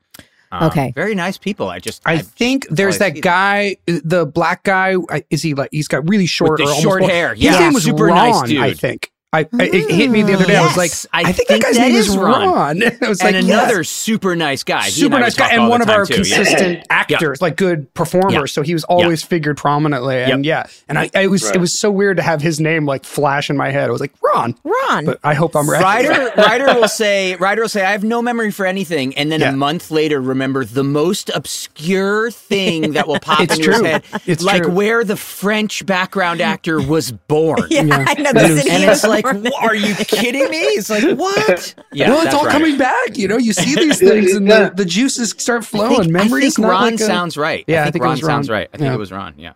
Um, Okay. very nice people. I just I think there's Probably that see guy, the black guy. I- Is he like? He's got really short, the or almost short bald- hair. His Yeah. name was Super Ron, nice dude. I think. I, I- it hit me the other day. I was Yes, like, I I, think that think guy's that name is is Ron. Ron. I was and like, another yes. super nice guy. He super I would nice guy, talk and all one the of time, our too. Yeah. consistent actors, like good performers. Yeah. So he was always figured prominently, and yeah, and I, I was it Right. was so weird to have his name like flash in my head. I was like, Ron, ron but I hope I'm right. Ryder, Ryder will say, Ryder will say, I have no memory for anything, and then Yeah. a month later, remember the most obscure thing that will pop It's into his true. head, It's like true. where the French background actor was born. Yeah, I know the city. And was it's born. like, "Wha- are you kidding me? It's like, what? Yeah, well, it's that's all Ryder. coming back. You know, you see these things, and Yeah. the, the juices start flowing. Memory I think is not Ron like a- sounds right. Yeah, I I think, think it Ron, was sounds Ron. right. I think Yeah. it was Ron. Yeah.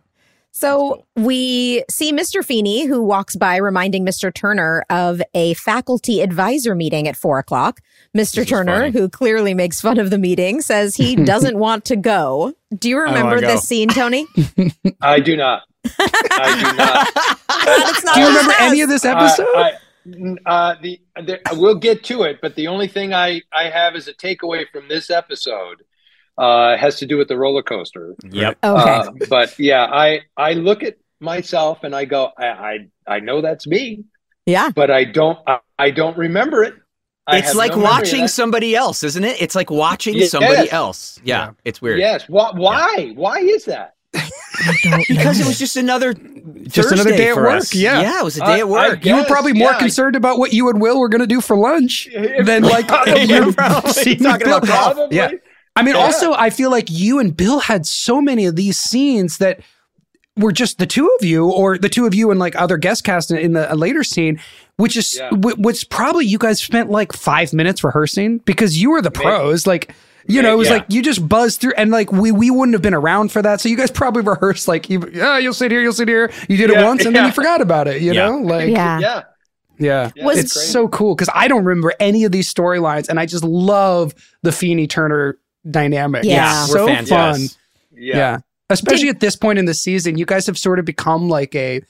So we see Mr. Feeney, who walks by, reminding Mr. Turner of a faculty advisor meeting at four o'clock. This Mr. is Turner, funny. who clearly makes fun of the meeting, says he doesn't want to go. Do you wanna remember go. this scene, Tony? I do not. I do not. Uh, God, it's not Do you on remember us. any of this episode? I, I- uh, the, the, we'll get to it, but the only thing I, I have as a takeaway from this episode uh, has to do with the roller coaster. Yep. Okay. Uh, but yeah, I I look at myself and I go, I I, I know that's me, yeah. but I don't I, I don't remember it. I It's have like no memory of watching that. somebody else, isn't it? It's like watching Yes. somebody else. Yeah, It's weird. Yes. Why? Why, why is that? Because it was just another Just another Thursday day at for work, us. yeah. Yeah, it was a I- day I at work. get you were Yes, probabed more yeah. concerned about what you and Will were going to do for lunch Yeah, than like probably. your Probably. scene Talking with about Bill. golf. Probably. Yeah. I mean, also, I feel like you and Bill had so many of these scenes that were just the two of you, or the two of you and like other guest cast in, in the a later scene, which is Yeah. wh- which probably you guys spent like five minutes rehearsing because you were the pros, like. You know, it was Yeah. like you just buzzed through, and like we we wouldn't have been around for that. So you guys probably rehearsed like, you, yeah, you'll sit here, you'll sit here. You did it Yeah, once, and then yeah. you forgot about it. You Yeah. know, like Yeah. Yeah. yeah. Was- it's so cool because I don't remember any of these storylines, and I just love the Feeney Turner dynamic. Yeah. It's We're so fans, fun. yes. Yeah. Especially at this point in the season, you guys have sort of become like a.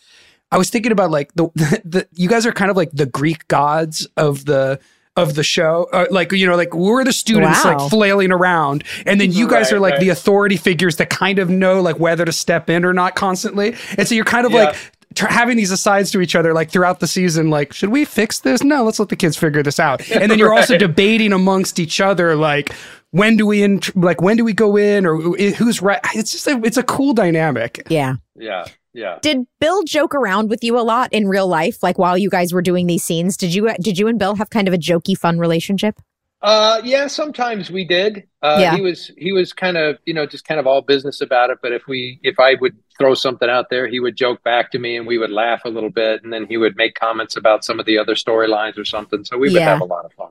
I was thinking about like the, the, you guys are kind of like the Greek gods of the of the show. Uh, like you know, like we're the students Wow. like flailing around, and then you guys Right, are like right. the authority figures that kind of know like whether to step in or not constantly. And so you're kind of Yeah. like tr- having these asides to each other like throughout the season like should we fix this no let's let the kids figure this out and then you're also debating amongst each other like when do we in like when do we go in or who- who's right it's just a, it's a cool dynamic Yeah. Yeah. Yeah. Did Bill joke around with you a lot in real life? Like while you guys were doing these scenes, did you did you and Bill have kind of a jokey, fun relationship? Uh, yeah, sometimes we did. Uh, Yeah. He was he was kind of you know just kind of all business about it. But if we if I would throw something out there, he would joke back to me, and we would laugh a little bit, and then he would make comments about some of the other storylines or something. So we would Yeah. have a lot of fun.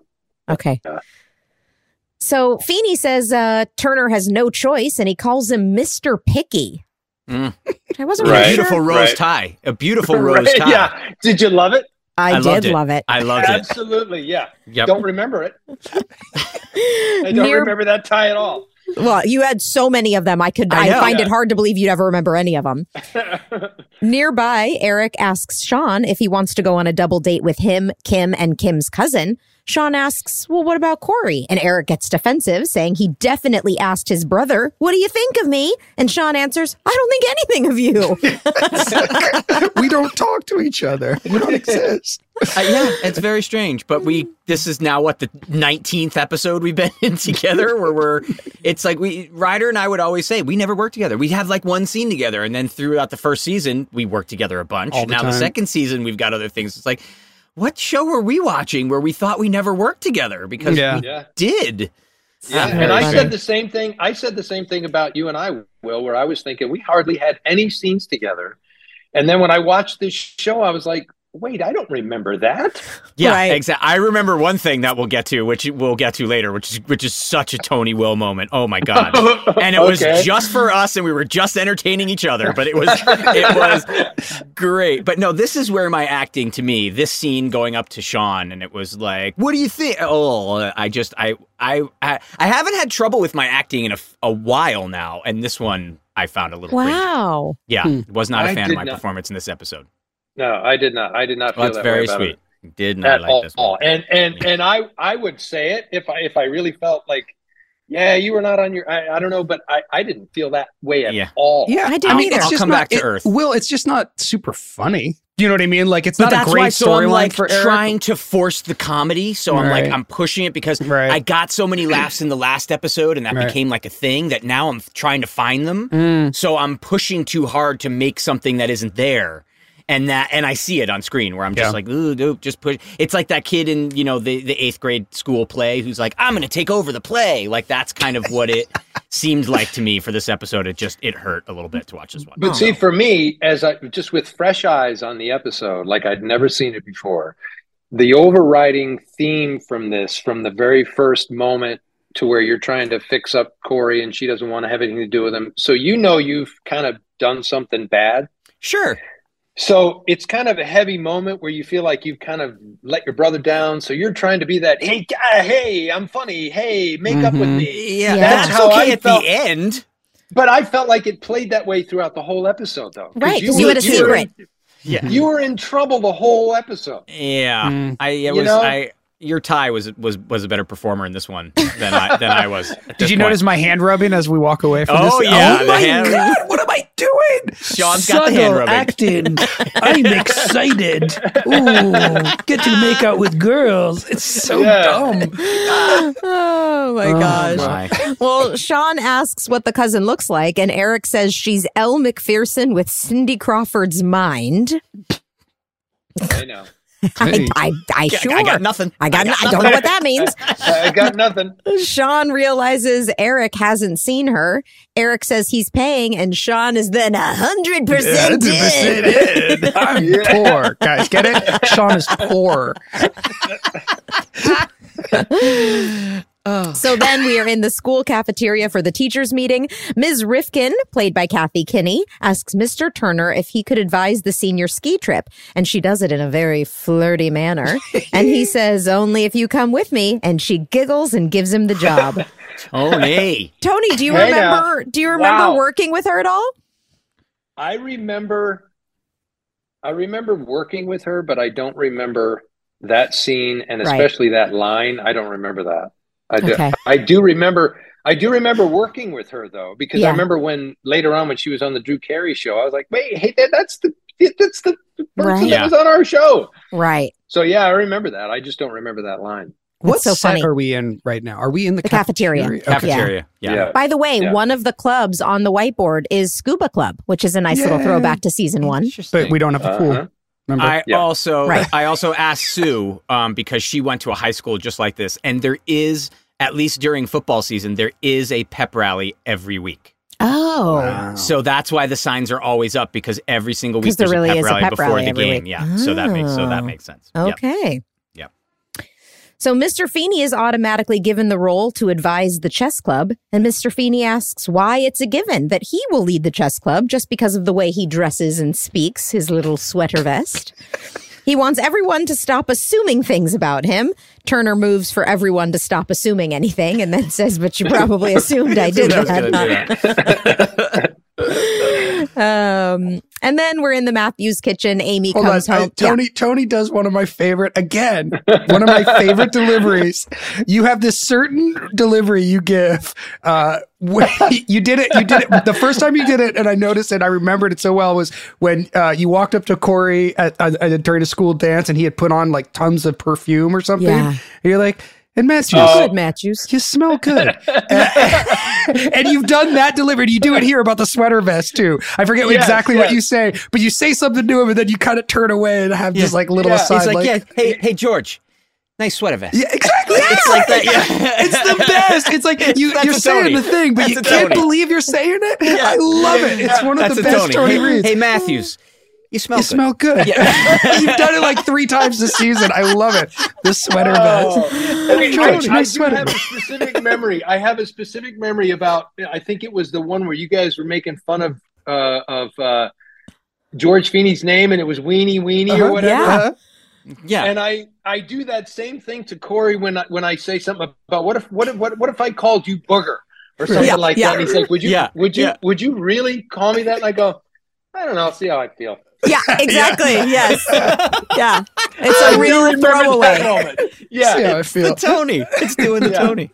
Okay. Yeah. So Feeney says uh, Turner has no choice, and he calls him Mister Picky. Mm. I wasn't Right. A really beautiful sure. rose Right. tie. A beautiful rose Right? tie. Yeah. Did you love it? I, I loved did it. love it. I loved it. Absolutely. Yeah. Yep. Don't remember it. I don't Near- remember that tie at all. Well, you had so many of them. I could. I, I know. find Yeah. it hard to believe you'd ever remember any of them. Nearby, Eric asks Sean if he wants to go on a double date with him, Kim, and Kim's cousin. Sean asks, "Well, what about Corey?" And Eric gets defensive, saying he definitely asked his brother, "What do you think of me?" And Sean answers, "I don't think anything of you." we don't talk to each other we don't exist Uh, yeah, it's very strange, but we this is now what the 19th episode we've been in together where we're it's like we Ryder and I would always say we never work together. We'd have like one scene together and then throughout the first season we worked together a bunch. All the now the time. second season we've got other things. It's like what show were we watching where we thought we never worked together because Yeah. we Yeah. did. Yeah, Not and I very said the same thing. I said the same thing about you and I, Will, where I was thinking we hardly had any scenes together. And then when I watched this show, I was like, wait, I don't remember that. Yeah, Right. exactly. I remember one thing that we'll get to, which we'll get to later, which is which is such a Tony Will moment. Oh my god! And it was Okay. just for us, and we were just entertaining each other. But it was it was great. But no, this is where my acting to me, this scene going up to Sean, and it was like, "What do you think?" Oh, I just I I I, I haven't had trouble with my acting in a, f- a while now, and this one I found a little cringy. wow. Yeah, was not a Hmm. I fan of did my not- performance in this episode. No, I did not. I did not feel Well, that's that very way about sweet. it Did not at like all. this one. And and and I I would say it if I if I really felt like, yeah, you were not on your. I, I don't know, but I I didn't feel that way at Yeah. all. yeah I didn't either. it's I'll just come not- back to it- Earth. will it's just not super funny you know what i mean like it's But not that's a great why, so I'm storyline like for Eric. trying to force the comedy. So I'm Right. like, I'm pushing it because Right. I got so many laughs in the last episode, and that Right. became like a thing that now I'm trying to find them. So I'm pushing too hard to make something that isn't there. And that, and I see it on screen where I'm just Yeah. like, ooh, dude, just push. It's like that kid in, you know, the, the eighth grade school play who's like, I'm going to take over the play. Like that's kind of what it seemed like to me for this episode. It just, it hurt a little bit to watch this one. But see, for me, as I just with fresh eyes on the episode, like I'd never seen it before, the overriding theme from this, from the very first moment to where you're trying to fix up Corey and she doesn't want to have anything to do with him. So you know you've kind of done something bad. sure. So it's kind of a heavy moment where you feel like you've kind of let your brother down. So you're trying to be that, hey, guy, hey, I'm funny. Hey, make up with Mhm. me. Yeah, That's that's, how I okay at felt. the end. But I felt like it played that way throughout the whole episode, though. 'Cause Right, 'cause you were- had a were in- secret. Yeah. You were in trouble the whole episode. Yeah, Mm. I it You was know? I. Your tie was was was a better performer in this one than I than I was. at Did this you point. notice my hand rubbing as we walk away from Oh, this? yeah, oh the my hand- god, what am I doing? Sean's got the hand rubbing. acting. I'm excited. Ooh, get to make out with girls. It's so Yeah. dumb. Oh my gosh. Well, Sean asks what the cousin looks like, and Eric says she's Elle McPherson with Cindy Crawford's mind. I know. Oh, I, I, I I sure. got nothing. I got. I I, got I don't know what that means. I got nothing. Sean realizes Eric hasn't seen her. Eric says he's paying, and Sean is then a hundred percent in. in. I'm poor, guys. Get it? Sean is poor. So then we are in the school cafeteria for the teachers' meeting. Ms. Rifkin, played by Kathy Kinney, asks Mr. Turner if he could advise the senior ski trip, and she does it in a very flirty manner. and he says, "Only if you come with me." And she giggles and gives him the job. Oh, Tony. Tony, do you Hey now. remember? Do you remember Wow. working with her at all? I remember I remember working with her, but I don't remember that scene and Right. especially that line. I don't remember that. I do, Okay. I do remember I do remember working with her though, because Yeah. I remember when later on when she was on the Drew Carey show, I was like, wait, hey, that, that's the that's the person Right. that Yeah. was on our show. Right. So yeah, I remember that. I just don't remember that line. What so set funny. are we in right now? Are we in the, The cafeteria. Okay. Cafeteria. Yeah. Yeah. By the way, Yeah. one of the clubs on the whiteboard is Scuba Club, which is a nice little Yay. throwback to season one. But we don't have the pool. Uh-huh. Remember? I Yeah. also Right. I also asked Sue um, because she went to a high school just like this, and there is at least during football season there is a pep rally every week. Oh, So that's why the signs are always up because every single week 'Cause there there's really a pep is a rally pep before rally the every game. week. Yeah, so that makes so that Oh. makes sense. Yep. okay. Yep. So Mr. Feeney is automatically given the role to advise the chess club, and Mr. Feeney asks why it's a given that he will lead the chess club just because of the way he dresses and speaks, his little sweater vest. He wants everyone to stop assuming things about him. Turner moves for everyone to stop assuming anything and then says, But you probably assumed I did That's that. good, yeah. Um, and then we're in the Matthews kitchen. Amy Hold on, comes I- home. Tony. Tony does one of my favorite again. One of my favorite deliveries. You have this certain delivery you give. Uh, when- you did it. You did it the first time you did it, and I noticed it. I remembered it so well. Was when uh, you walked up to Corey at, at, at- during a school dance, and he had put on like tons of perfume or something. Yeah. Oh, And you're like, and Matthews, Yeah. Good, Matthews. you smell good. and, and you've done that delivered. You do it here about the sweater vest too. I forget Yes, exactly what yes. you say, but you say something to him and then you kind of turn away and have this like little yeah. aside. He's like, like, yeah, hey, hey, George, nice sweater vest. Yeah, exactly. It's like that. Yeah. It's the best. It's like you, That's you're a saying Tony. the thing, but That's you a can't Tony. believe you're saying it. I love it. It's one of That's the a best Tony, Hey, reads. hey, Matthews, you smell you good. smell good. You've done it like three times this season. I love it. The sweater Oh. Oh. vest. I mean, George, no I, I do sweater. have a specific memory. I have a specific memory about. I think it was the one where you guys were making fun of uh, of uh, George Feeney's name, and it was Weenie Weenie or Uh-huh. whatever. Yeah. Uh-huh. yeah. And I I do that same thing to Corey when I, when I say something about what if what if what, what if I called you booger or something Yeah, like yeah. that. And he's like, would you Yeah, would you yeah. would you really call me that? And I go, I don't know. I'll see how I feel. Yeah, exactly. Yes. Yeah. It's a I real do remember throwaway. that moment. Yeah. See how I feel. the Tony. It's doing the Yeah. Tony.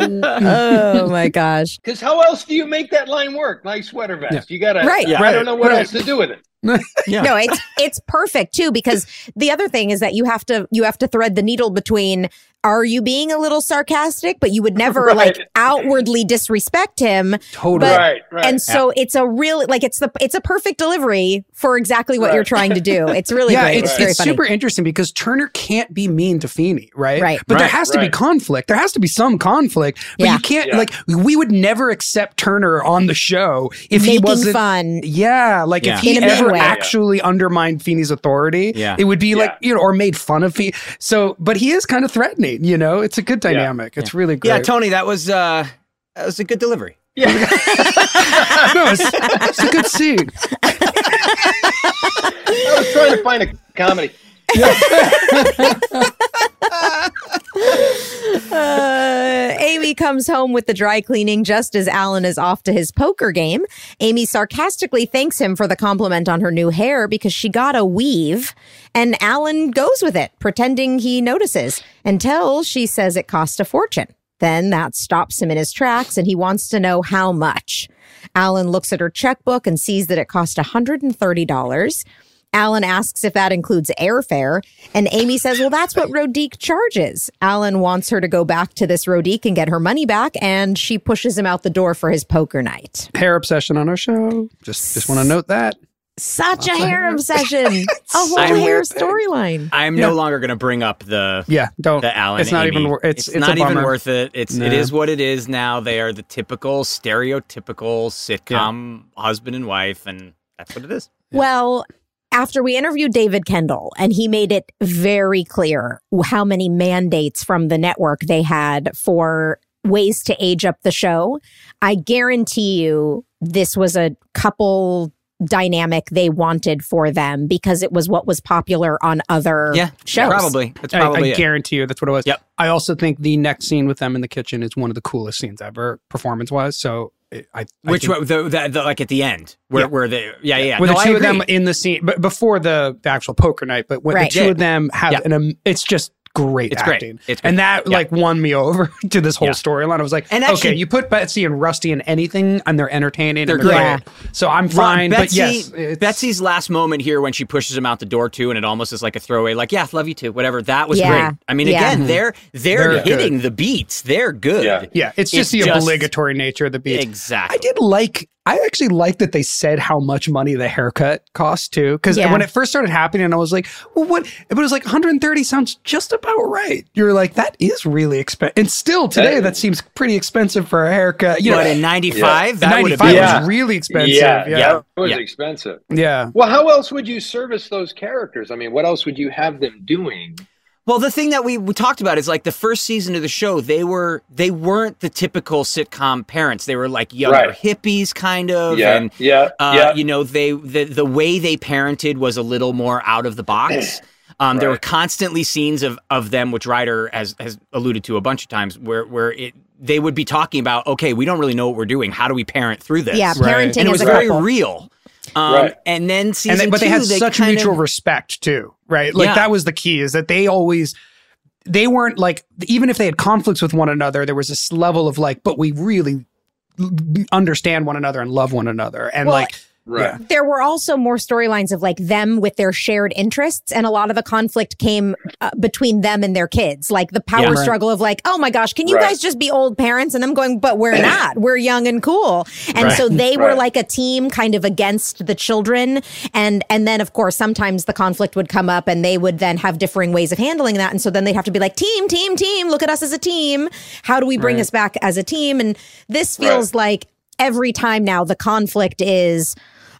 oh my gosh. Because how else do you make that line work? Like sweater vest. You gotta. Right. I don't know what Right. else to do with it. Yeah. No, it's it's perfect too because the other thing is that you have to you have to thread the needle between are you being a little sarcastic but you would never Right. like outwardly disrespect him Totally. But- right. Right. and so it's a real like it's the it's a perfect delivery for exactly what Right. you're trying to do. It's really yeah, great. It's, it's, it's very funny. super interesting because Turner can't be mean to Feeney, right? Right. But there Right, has to be right. conflict. There has to be some conflict. But Yeah. you can't Yeah. like we would never accept Turner on the show if he Making wasn't. fun. Yeah, like Yeah. if he In a mean ever way. actually undermined Feeney's authority, Yeah. it would be like Yeah. you know, or made fun of Feeney. So, but he is kind of threatening. You know, it's a good dynamic. It's really great. Yeah, Tony, that was uh, that was a good delivery. yeah. no, it's, it's a good scene. I was trying to find a comedy. Uh, Amy comes home with the dry cleaning just as Alan is off to his poker game. Amy sarcastically thanks him for the compliment on her new hair because she got a weave, and Alan goes with it, pretending he notices until she says it cost a fortune. Then that stops him in his tracks and he wants to know how much. Alan looks at her checkbook and sees that it cost $130. Alan asks if that includes airfare, and Amy says, Well, that's what Rodique charges. Alan wants her to go back to this Rodique and get her money back, and she pushes him out the door for his poker night. Hair obsession on our show. Just just want to note that. Such a hair obsession. a whole I'm- hair storyline. I'm no longer going to bring up the Yeah, don't. the Alan. It's not Amy. even. wor- It's it's, a not even bummer. worth it. It's it is what it is now. They are the typical stereotypical sitcom husband and wife, and that's what it is. Well, after we interviewed David Kendall, and he made it very clear how many mandates from the network they had for ways to age up the show, I guarantee you this was a couple dynamic they wanted for them because it was what was popular on other shows. probably. That's I, I probably it. guarantee you that's what it was. Yep. I also think the next scene with them in the kitchen is one of the coolest scenes ever, performance wise. So it, I, I Which think- one? The, the, the, like at the end, where Yeah. where they yeah yeah. With No, the I two of them agree. in the scene, but before the, the actual poker night, but when Right. the two of them have Yeah. an, um, it's just great It's great. acting. It's great. and that Yeah. like won me over to this whole Yeah. storyline. I was like, And and actually- okay, you put Betsy and Rusty in anything, and they're entertaining. They're and they're great. great. So I'm Ron, fine. but Betsy, yes, it's- Betsy's last moment here when she pushes him out the door too, and it almost is like a throwaway, like "Yeah, love you too," whatever. That was Yeah. great. I mean, Yeah. Mm-hmm. again, they're they're, They're hitting the beats. They're good. Yeah. yeah, it's just it's the just- obligatory nature of the beat. Exactly. I did like. I actually like that they said how much money the haircut cost too, because Yeah. when it first started happening, I was like, "Well, what?" But it was like 130 sounds just about right. You're like, "That is really expensive," and still today, That- that seems pretty expensive for a haircut. You know, but in '95, the that would have 95 been Yeah. was really expensive. Yeah, Yeah, yeah. yeah, It was Yeah. expensive. Well, how else would you service those characters? I mean, what else would you have them doing? Well, the thing that we, we talked about is like the first season of the show, they were they weren't the typical sitcom parents. They were like younger Right. hippies kind of Yeah, and yeah, uh, yeah. you know, they the, the way they parented was a little more out of the box. Um, There were Right. constantly scenes of, of them, which Ryder has, has alluded to a bunch of times, where where it they would be talking about, okay, we don't really know what we're doing. How do we parent through this? Yeah, parenting and it as was a very couple. real. Um, Right. And then season and they, but two, they had such kind mutual of, respect too, right? Like Yeah. that was the key is that they always they weren't like even if they had conflicts with one another, there was this level of like, but we really understand one another and love one another, and Well, like Right. there were also more storylines of like them with their shared interests and a lot of the conflict came uh, between them and their kids like the power Yeah. Right. struggle of like oh my gosh can you Right. guys just be old parents and i'm going but we're not we're young and cool and so they were Right. like a team kind of against the children and and then of course sometimes the conflict would come up and they would then have differing ways of handling that and so then they'd have to be like team team team look at us as a team how do we bring us back as a team and this feels like every time now the conflict is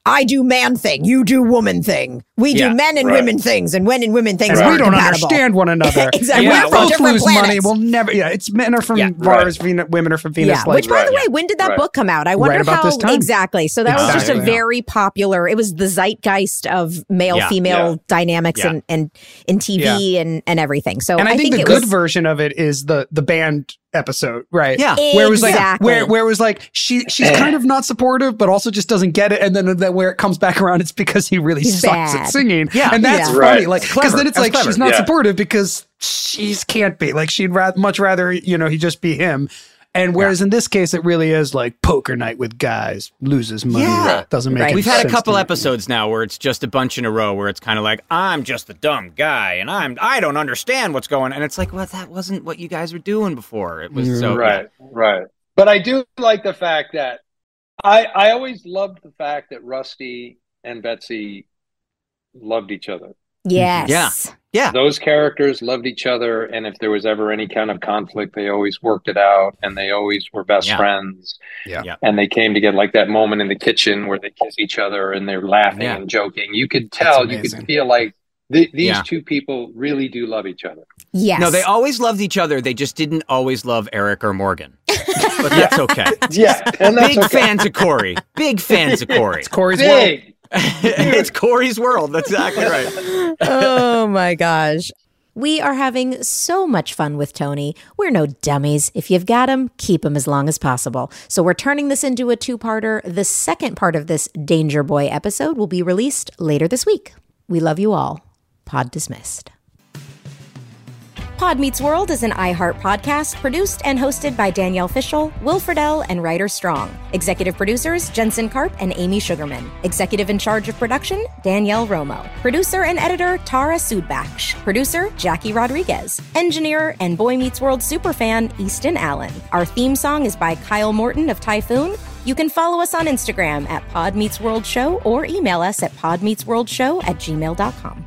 I do man thing, you do woman thing. We Yeah, do men and right. women things, and men and women things. and we aren't don't compatible. understand one another. Exactly. And We're we from both different lose money. planets. We'll never. Yeah, it's men are from Yeah. Mars, Venu- women are from Venus. Yeah, Like, which by the Right. way, when did that Right. book come out? I wonder about how this time. exactly. So that was just a Exactly. very popular. It was the zeitgeist of male Yeah. female Yeah. dynamics Yeah. and and in TV and and everything. So and I, think, the it good was, version of it is the the band episode, right? Yeah. Where it was like Exactly. where where it was like she she's kind of not supportive, but also just doesn't get it, and then, then where it comes back around, it's because he really He's sucks bad. at singing. Yeah. and that's Yeah. funny, Right. like because Clever. then it's That's like clever. she's not Yeah. supportive because she's can't be like she'd rather much rather you know he just be him. And whereas in this case, it really is like poker night with guys loses money, Yeah. doesn't make. Right. any We've had a sense couple to me. episodes now where it's just a bunch in a row where it's kind of like I'm just the dumb guy and I'm I don't understand what's going and it's like well that wasn't what you guys were doing before it was so right right but i do like the fact that i i always loved the fact that rusty and betsy loved each other yes, yeah those characters loved each other and if there was ever any kind of conflict they always worked it out and they always were best Yeah. friends Yeah. Yeah. and they came together like that moment in the kitchen where they kiss each other and they're laughing Yeah. and joking you could tell you amazing. could feel like th- these Yeah. two people really do love each other yes. no they always loved each other they just didn't always love Eric or Morgan but that's okay yeah and that's big okay. fans of Corey big fans of Corey Corey's world. Big. it's Corey's world that's exactly right oh my gosh. We are having so much fun with Tony. We're no dummies. If you've got him, keep him as long as possible. So we're turning this into a two parter. The second part of this Danger Boy episode will be released later this week. We love you all. Pod dismissed. Pod Meets World is an iHeart podcast produced and hosted by Danielle Fishel, Will Friedle, and Ryder Strong. Executive producers Jensen Karp and Amy Sugarman. Executive in charge of production Danielle Romo. Producer and editor Tara Sudbach. Producer Jackie Rodriguez. Engineer and Boy Meets World superfan Easton Allen. Our theme song is by Kyle Morton of Typhoon. You can follow us on Instagram at Pod Meets World Show or email us at podmeetsworldshow at gmail.com.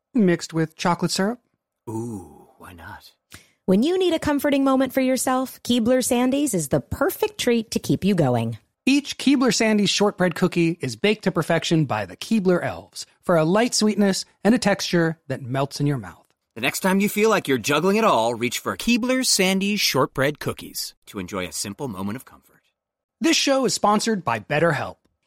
Mixed with chocolate syrup. Ooh, why not? When you need a comforting moment for yourself, Keebler Sandies is the perfect treat to keep you going. Each Keebler Sandy's shortbread cookie is baked to perfection by the Keebler elves for a light sweetness and a texture that melts in your mouth. The next time you feel like you're juggling it all, reach for Keebler Sandies shortbread cookies to enjoy a simple moment of comfort. This show is sponsored by BetterHelp.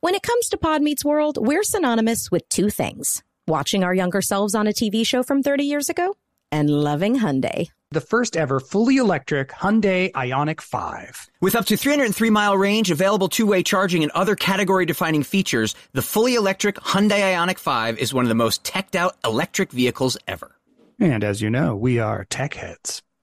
When it comes to Pod Meets World, we're synonymous with two things watching our younger selves on a TV show from 30 years ago and loving Hyundai. The first ever fully electric Hyundai Ionic 5. With up to 303 mile range, available two way charging, and other category defining features, the fully electric Hyundai Ionic 5 is one of the most teched out electric vehicles ever. And as you know, we are tech heads.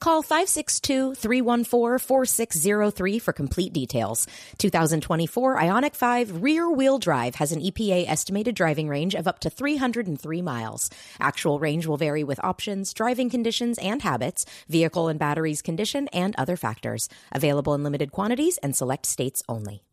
Call 562 314 4603 for complete details. 2024 Ionic 5 rear wheel drive has an EPA estimated driving range of up to 303 miles. Actual range will vary with options, driving conditions and habits, vehicle and batteries condition, and other factors. Available in limited quantities and select states only.